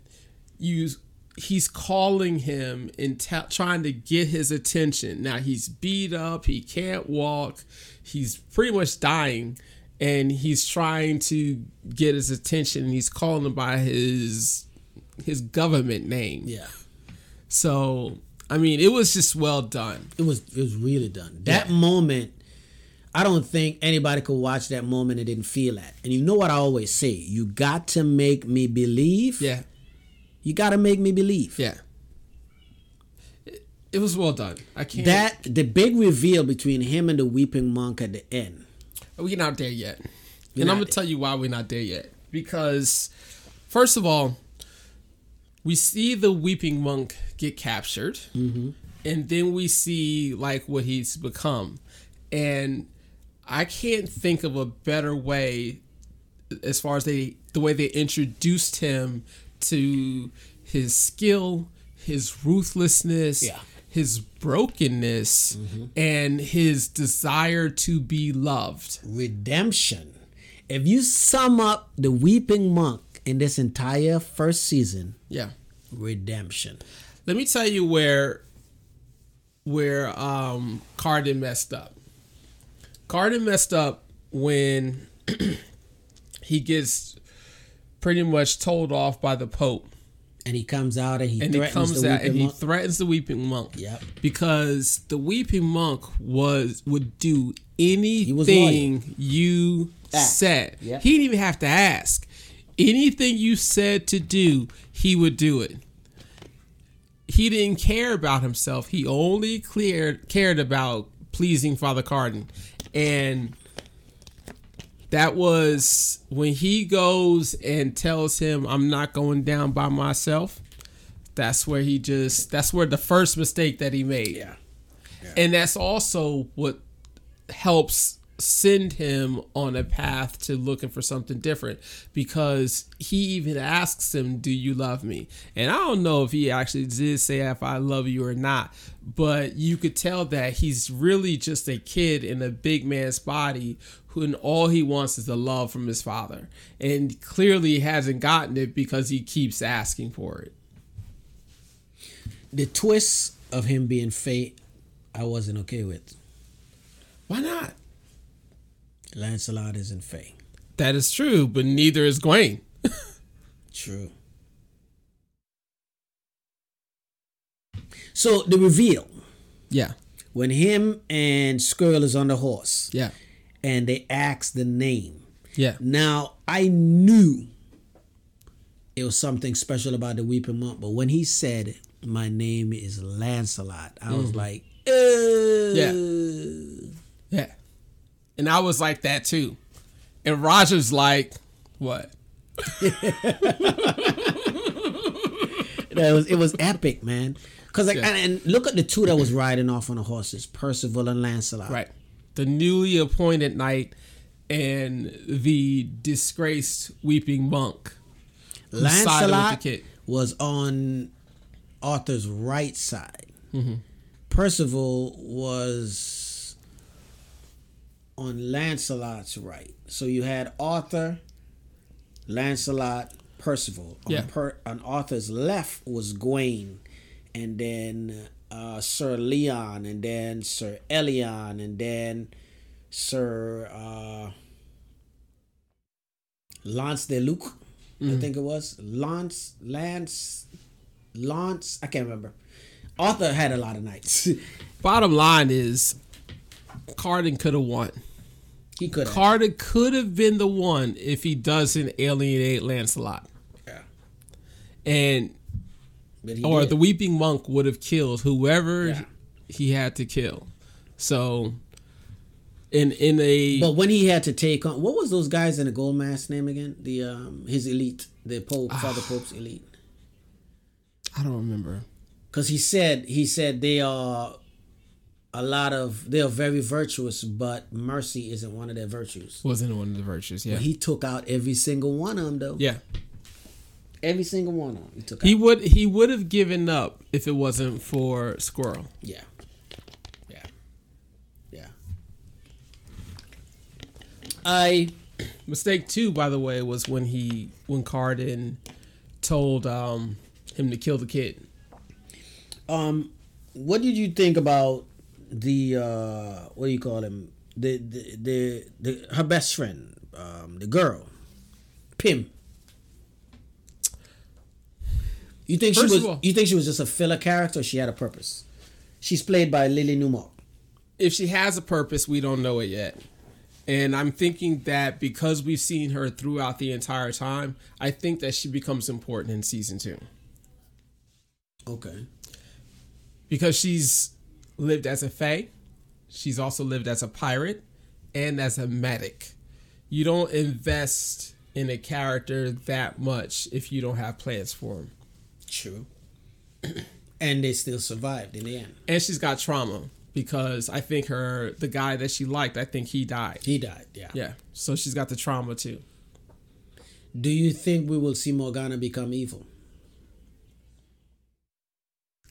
Speaker 3: you he's calling him and ta- trying to get his attention. Now he's beat up, he can't walk, he's pretty much dying, and he's trying to get his attention. And he's calling him by his his government name.
Speaker 1: Yeah,
Speaker 3: So I mean, it was just well done.
Speaker 1: it was it was really done. That moment, I don't think anybody could watch that moment and didn't feel that. And you know what I always say: you got to make me believe.
Speaker 3: Yeah.
Speaker 1: You gotta make me believe.
Speaker 3: Yeah. It- It was well done. I can't.
Speaker 1: That the big reveal between him and the weeping monk at the end.
Speaker 3: we're not there yet, and I'm
Speaker 1: not
Speaker 3: gonna
Speaker 1: there.
Speaker 3: tell you why we're not there yet. Because, first of all, we see the weeping monk get captured,
Speaker 1: Mm-hmm.
Speaker 3: and then we see like what he's become, and I can't think of a better way, as far as they the way they introduced him to his skill, his ruthlessness,
Speaker 1: Yeah. Mm-hmm.
Speaker 3: his brokenness, and his desire to be loved.
Speaker 1: Redemption. If you sum up the weeping monk in this entire first season,
Speaker 3: Yeah.
Speaker 1: redemption.
Speaker 3: Let me tell you where where um Cardin messed up. Cardin messed up when (clears throat) he gets pretty much told off by the Pope.
Speaker 1: And he comes out and he
Speaker 3: And he
Speaker 1: threatens
Speaker 3: comes
Speaker 1: the
Speaker 3: out
Speaker 1: weeping
Speaker 3: and he
Speaker 1: monk.
Speaker 3: threatens the weeping monk.
Speaker 1: Yep.
Speaker 3: Because the weeping monk was would do
Speaker 1: was loyal.
Speaker 3: anything you
Speaker 1: Ask.
Speaker 3: said.
Speaker 1: Yep.
Speaker 3: He didn't even have to ask. Anything you said to do, he would do it. He didn't care about himself. He only cleared, cared about pleasing Father Cardin. And that was when he goes and tells him, I'm not going down by myself. That's where he just, that's where the first mistake that he made. Yeah. and that's also what helps send him on a path to looking for something different because he even asks him do you love me and i don't know if he actually did say if i love you or not but you could tell that he's really just a kid in a big man's body who and all he wants is the love from his father and clearly hasn't gotten it because he keeps asking for it
Speaker 1: The twist of him being fate, I wasn't okay with.
Speaker 3: why not
Speaker 1: Lancelot isn't Faye.
Speaker 3: that is true but neither is Gawain.
Speaker 1: True. So the reveal
Speaker 3: yeah
Speaker 1: when him and Squirrel is on the horse
Speaker 3: yeah
Speaker 1: and they ask the name.
Speaker 3: yeah
Speaker 1: Now I knew it was something special about the Weeping Monk, but when he said my name is Lancelot, I
Speaker 3: Mm-hmm.
Speaker 1: was like, "Uh."
Speaker 3: Yeah. And I was like that too. And Roger's like, what?
Speaker 1: That was it was epic, man. Cause like
Speaker 3: Yeah.
Speaker 1: and, and look at the two that was riding off on the horses, Percival and Lancelot.
Speaker 3: Right. The newly appointed knight and the disgraced weeping monk. who sided with the
Speaker 1: Lancelot
Speaker 3: kid.
Speaker 1: was on Arthur's right side.
Speaker 3: Mm-hmm.
Speaker 1: Percival was on Lancelot's right. So you had Arthur, Lancelot, Percival. On,
Speaker 3: Yeah.
Speaker 1: per- on Arthur's left was Gawain, and then uh, Sir Leon, and then Sir Elion, and then Sir uh, Lance de Luc,
Speaker 3: Mm.
Speaker 1: I think it was Lance Lance Lance. I can't remember. Arthur had a lot of knights.
Speaker 3: Bottom line is Cardin could have won.
Speaker 1: (laughs) he could. have.
Speaker 3: Carter could have been the one if he doesn't alienate Lancelot.
Speaker 1: Yeah.
Speaker 3: And
Speaker 1: But he
Speaker 3: or
Speaker 1: did.
Speaker 3: the weeping monk would have killed whoever
Speaker 1: Yeah.
Speaker 3: he had to kill. So in in a
Speaker 1: But when he had to take on what was those guys in the gold mask name again? The um his elite, the Pope,
Speaker 3: Ah.
Speaker 1: Father Pope's elite.
Speaker 3: I don't remember.
Speaker 1: Because he said he said they are a lot of they are very virtuous, but mercy isn't one of their virtues.
Speaker 3: Wasn't one of the virtues, yeah.
Speaker 1: He took out every single one of them though.
Speaker 3: yeah.
Speaker 1: Every single one of them. He took
Speaker 3: He
Speaker 1: out.
Speaker 3: would he would have given up if it wasn't for Squirrel.
Speaker 1: Yeah. Yeah. Yeah. I
Speaker 3: Mistake two, by the way, was when he when Cardin told um him to kill the kid.
Speaker 1: Um, what did you think about the uh, what do you call him? The the the, the her best friend, um, the girl, Pim. You think
Speaker 3: First
Speaker 1: she
Speaker 3: of
Speaker 1: was?
Speaker 3: all-
Speaker 1: you think she was just a filler character? Or she had a purpose. She's played by Lily Newmar.
Speaker 3: If she has a purpose, we don't know it yet. And I'm thinking that because we've seen her throughout the entire time, I think that she becomes important in season two.
Speaker 1: Okay.
Speaker 3: Because she's lived as a fae, she's also lived as a pirate and as a medic. You don't invest in a character that much if you don't have plans for him.
Speaker 1: True. (coughs) and they still survived in the end.
Speaker 3: And she's got trauma because I think her the guy that she liked, I think he died.
Speaker 1: He died. Yeah.
Speaker 3: Yeah. So she's got the trauma too.
Speaker 1: Do you think we will see Morgana become evil?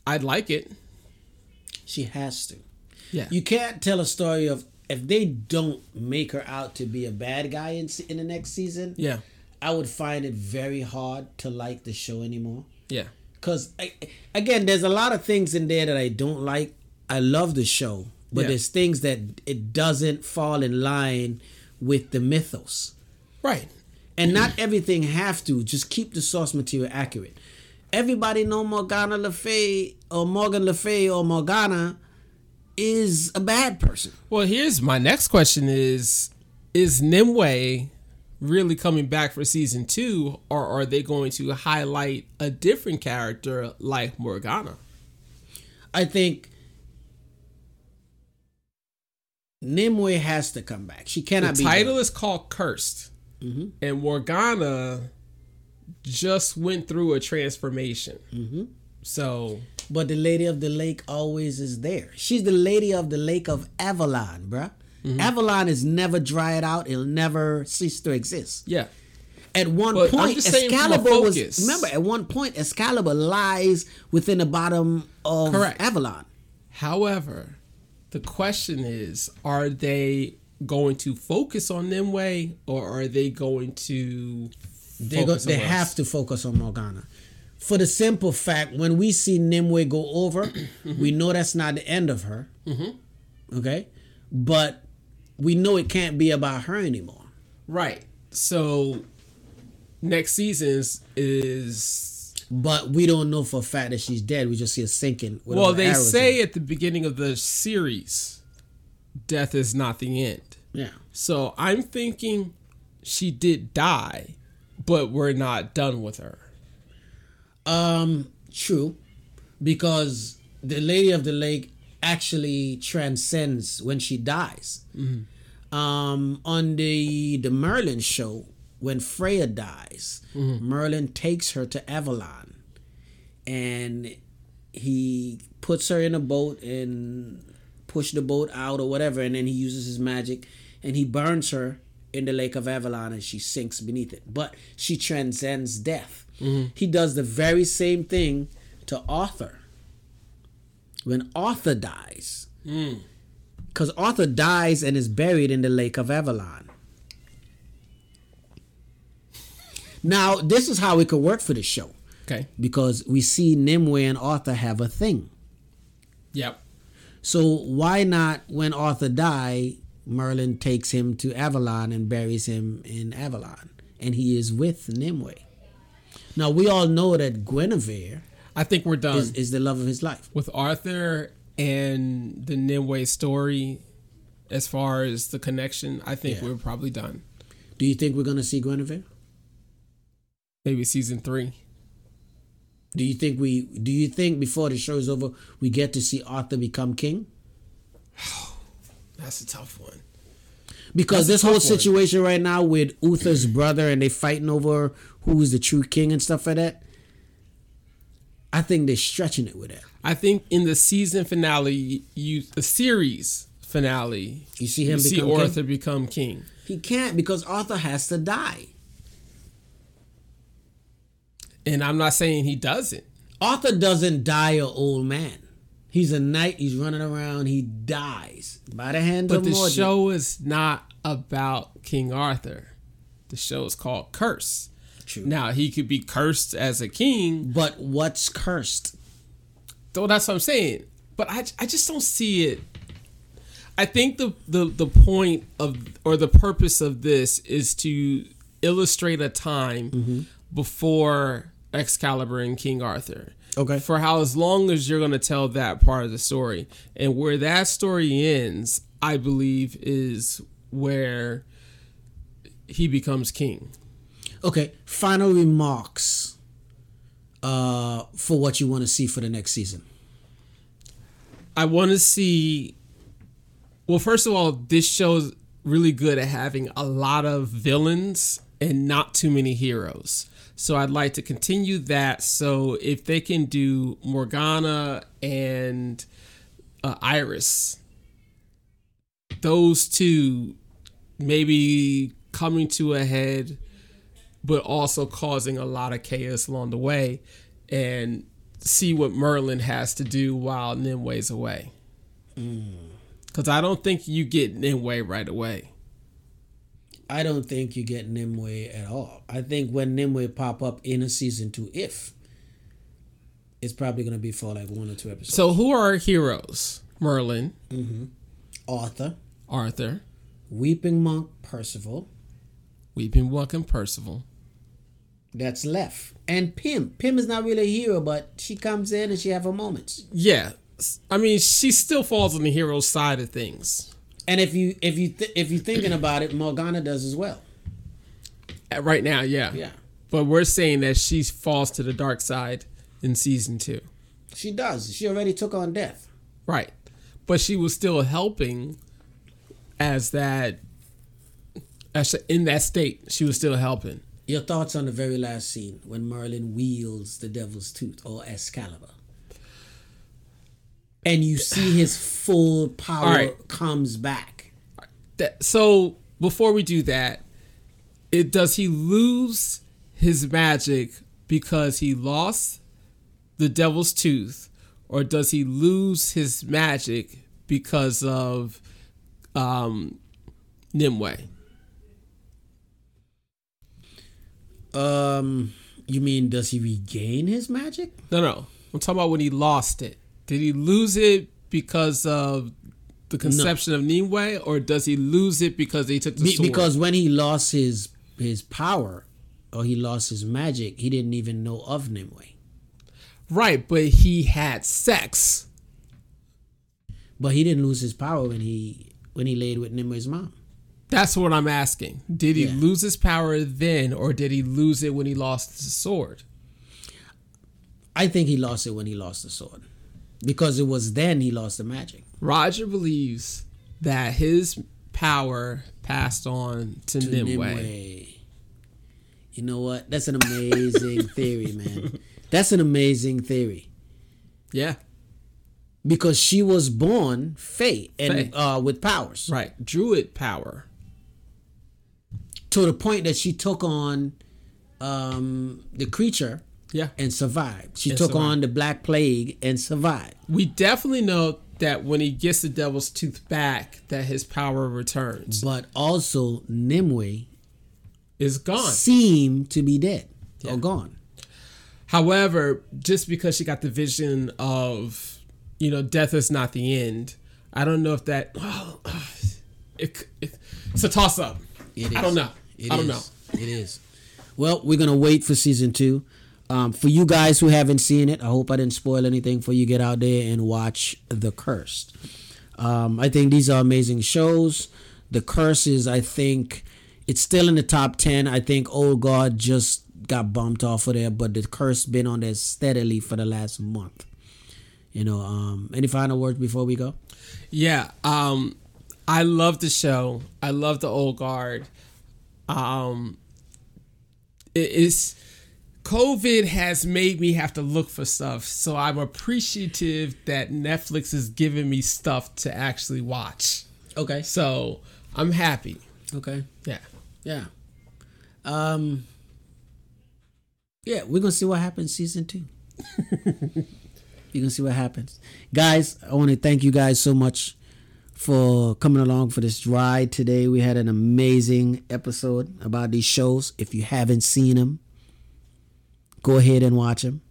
Speaker 3: I'd like it.
Speaker 1: She has to.
Speaker 3: Yeah.
Speaker 1: You can't tell a story of if they don't make her out to be a bad guy in, se- in the next season.
Speaker 3: yeah.
Speaker 1: I would find it very hard to like the show anymore.
Speaker 3: Yeah.
Speaker 1: Cause I, again, there's a lot of things in there that I don't like. I love the show, but
Speaker 3: Yeah.
Speaker 1: there's things that it doesn't fall in line with the mythos,
Speaker 3: Right.
Speaker 1: and
Speaker 3: (clears throat)
Speaker 1: not everything have to. Just keep the source material accurate. Everybody know Morgana Le Fay or Morgan Le Fay or Morgana is a bad person.
Speaker 3: Well, here's my next question is is Nimue really coming back for season 2 or are they going to highlight a different character like Morgana?
Speaker 1: I think Nimue has to come back. She
Speaker 3: The
Speaker 1: cannot be Mm-hmm.
Speaker 3: title is called Cursed.
Speaker 1: Mm-hmm.
Speaker 3: And Morgana just went through a transformation. So
Speaker 1: But the lady of the lake always is there. She's the lady of the lake of Avalon, bruh.
Speaker 3: Mm-hmm.
Speaker 1: Avalon is never dried out. It'll never cease to exist.
Speaker 3: yeah,
Speaker 1: At one
Speaker 3: But I'm
Speaker 1: point,
Speaker 3: just saying from a
Speaker 1: Excalibur was.
Speaker 3: focus.
Speaker 1: Remember, at one point, Excalibur lies within the bottom of
Speaker 3: Correct.
Speaker 1: Avalon.
Speaker 3: However, the question is, are they going to focus on them way or are they going to
Speaker 1: They go,
Speaker 3: focus
Speaker 1: they
Speaker 3: on us?
Speaker 1: have to focus on Morgana, for the simple fact when we see Nimue go
Speaker 3: (clears throat)
Speaker 1: over,
Speaker 3: Mm-hmm.
Speaker 1: we know that's not the end of her. Okay, but we know it can't be about her anymore.
Speaker 3: Right. So next season's is
Speaker 1: But we don't know for a fact that she's dead. We just see her sinking. with all
Speaker 3: well,
Speaker 1: the
Speaker 3: they
Speaker 1: arrows
Speaker 3: say
Speaker 1: in
Speaker 3: at the beginning of the series death is not the end.
Speaker 1: her. yeah.
Speaker 3: So I'm thinking she did die, but we're not done with her.
Speaker 1: Um, true, because the Lady of the Lake actually transcends when she dies. Um, on the the Merlin show, when Freya dies, Merlin takes her to Avalon, and he puts her in a boat and push the boat out or whatever, and then he uses his magic and he burns her in the lake of Avalon and she sinks beneath it. But she transcends death. He does the very same thing to Arthur. When Arthur dies, because Arthur dies and is buried in the lake of Avalon. Now, this is how it could work for the show
Speaker 3: Okay.
Speaker 1: because we see Nimue and Arthur have a thing.
Speaker 3: Yep.
Speaker 1: So why not when Arthur die, Merlin takes him to Avalon and buries him in Avalon, and he is with Nimue. Now we all know that Guinevere
Speaker 3: I think we're done.
Speaker 1: is, is the love of his life.
Speaker 3: with Arthur and the Nimue story, as far as the connection, I think
Speaker 1: Yeah.
Speaker 3: we're probably done.
Speaker 1: Do you think we're gonna see Guinevere?
Speaker 3: Maybe season three.
Speaker 1: Do you think we? Do you think before the show is over, we get to see Arthur become king?
Speaker 3: That's a tough one.
Speaker 1: Because this whole
Speaker 3: tough one.
Speaker 1: situation right now with Uther's brother and they fighting over who's the true king and stuff like that, I think they're stretching it with that.
Speaker 3: I think in the season finale, you the series finale,
Speaker 1: You see him
Speaker 3: you see
Speaker 1: become king?
Speaker 3: Arthur become king.
Speaker 1: He can't because Arthur has to die.
Speaker 3: And I'm not saying he doesn't.
Speaker 1: Arthur doesn't die an old man. He's a knight. He's running around. He dies by the hand
Speaker 3: But
Speaker 1: of
Speaker 3: the
Speaker 1: Mordred.
Speaker 3: show is not about King Arthur. The show is called Curse.
Speaker 1: True.
Speaker 3: Now he could be cursed as a king.
Speaker 1: but what's cursed?
Speaker 3: Though that's what I'm saying. But I, I just don't see it. I think the, the the point of or the purpose of this is to illustrate a time before Excalibur and King Arthur.
Speaker 1: Okay.
Speaker 3: For how as long as you're going to tell that part of the story and where that story ends, I believe is where he becomes king.
Speaker 1: Okay. Final remarks. Uh, for what you want to see for the next season.
Speaker 3: I want to see. Well, first of all, this show's really good at having a lot of villains and not too many heroes. So I'd like to continue that. So if they can do Morgana and uh, Iris, those two maybe coming to a head, but also causing a lot of chaos along the way, and see what Merlin has to do while Nimue's away. Because I don't think you get Nimue right away.
Speaker 1: I don't think you get Nimue at all. I think when Nimue pop up in a season two, if it's probably gonna be for like one or two episodes.
Speaker 3: So who are our heroes? Merlin,
Speaker 1: Arthur,
Speaker 3: Arthur,
Speaker 1: Weeping Monk, Percival.
Speaker 3: Weeping Monk, and Percival.
Speaker 1: that's left. And Pim. Pim is not really a hero, but she comes in and she have her moments.
Speaker 3: Yeah, s- I mean she still falls on the hero side of things.
Speaker 1: And if you if you th- if you're thinking about it, Morgana does as well.
Speaker 3: Uh, Right now, yeah.
Speaker 1: Yeah.
Speaker 3: But we're saying that she falls to the dark side in season two.
Speaker 1: She does. She already took on death.
Speaker 3: Right. But she was still helping as that as in that state. She was still helping.
Speaker 1: Your thoughts on the very last scene when Merlin wields the Devil's Tooth or Excalibur, and you see his full power
Speaker 3: right.
Speaker 1: comes back.
Speaker 3: That, so before we do that, it does he lose his magic because he lost the devil's tooth, or does he lose his magic because of um, Nimue?
Speaker 1: Um, you mean does he regain his magic?
Speaker 3: No, no. I'm talking about when he lost it. Did he lose it because of the conception of Nimue, or does he lose it because he took the
Speaker 1: Be-
Speaker 3: sword?
Speaker 1: because when he lost his his power or he lost his magic, he didn't even know of Nimue.
Speaker 3: right, but he had sex.
Speaker 1: But he didn't lose his power when he when he laid with Nimue's mom.
Speaker 3: That's what I'm asking. Did he
Speaker 1: Yeah.
Speaker 3: lose his power then, or did he lose it when he lost his sword?
Speaker 1: I think he lost it when he lost the sword. Because it was then he lost the magic.
Speaker 3: Roger believes that his power passed on to, Nimue.
Speaker 1: Nimue. You know what? That's an
Speaker 3: (laughs)
Speaker 1: amazing theory, man. That's an amazing theory.
Speaker 3: Yeah,
Speaker 1: Because she was born Fae and
Speaker 3: Fae.
Speaker 1: Uh, with powers.
Speaker 3: right. Druid power.
Speaker 1: To the point that she took on um, the creature
Speaker 3: Yeah.
Speaker 1: and survived. She
Speaker 3: And
Speaker 1: took
Speaker 3: survived.
Speaker 1: on the Black Plague and survived.
Speaker 3: We definitely know that when he gets the devil's tooth back, that his power returns.
Speaker 1: But also Nimue
Speaker 3: Is gone.
Speaker 1: seemed to be dead or gone.
Speaker 3: However, just because she got the vision of, you know, death is not the end, I don't know if that. (sighs) Well, it, c- it, it's a toss up.
Speaker 1: It is.
Speaker 3: I don't know.
Speaker 1: It
Speaker 3: I don't know.
Speaker 1: is. It is. Well, we're gonna wait for season two. Um, for you guys who haven't seen it, I hope I didn't spoil anything for you. Get out there and watch The Cursed. Um, I think these are amazing shows. The Curse is, I think, it's still in the top ten. I think Old God just got bumped off of there, but The Curse been on there steadily for the last month. You know, um, any final words before we go?
Speaker 3: Yeah. Um, I love the show. I love the old guard. Um, it is. COVID has made me have to look for stuff, so I'm appreciative that Netflix is giving me stuff to actually watch.
Speaker 1: Okay.
Speaker 3: So I'm happy.
Speaker 1: Okay.
Speaker 3: Yeah.
Speaker 1: Yeah. Um Yeah, we're gonna see what happens season two. (laughs) you can see what happens. Guys, I wanna thank you guys so much for coming along for this ride today. We had an amazing episode about these shows. If you haven't seen them, go ahead and watch them.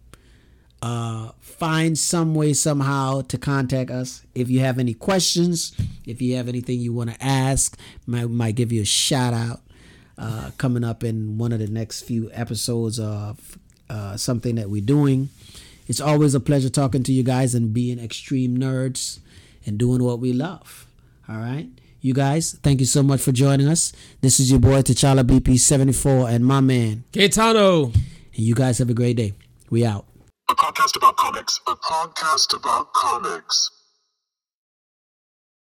Speaker 1: Uh, find some way somehow to contact us if you have any questions if you have anything you want to ask might, might give you a shout out uh, coming up in one of the next few episodes of uh, something that we're doing it's always a pleasure talking to you guys and being extreme nerds and doing what we love all right you guys thank you so much for joining us this is your boy t'challa bp74 and my man
Speaker 3: Gaetano.
Speaker 1: and you guys have a great day we out
Speaker 2: A podcast about comics. A podcast about comics.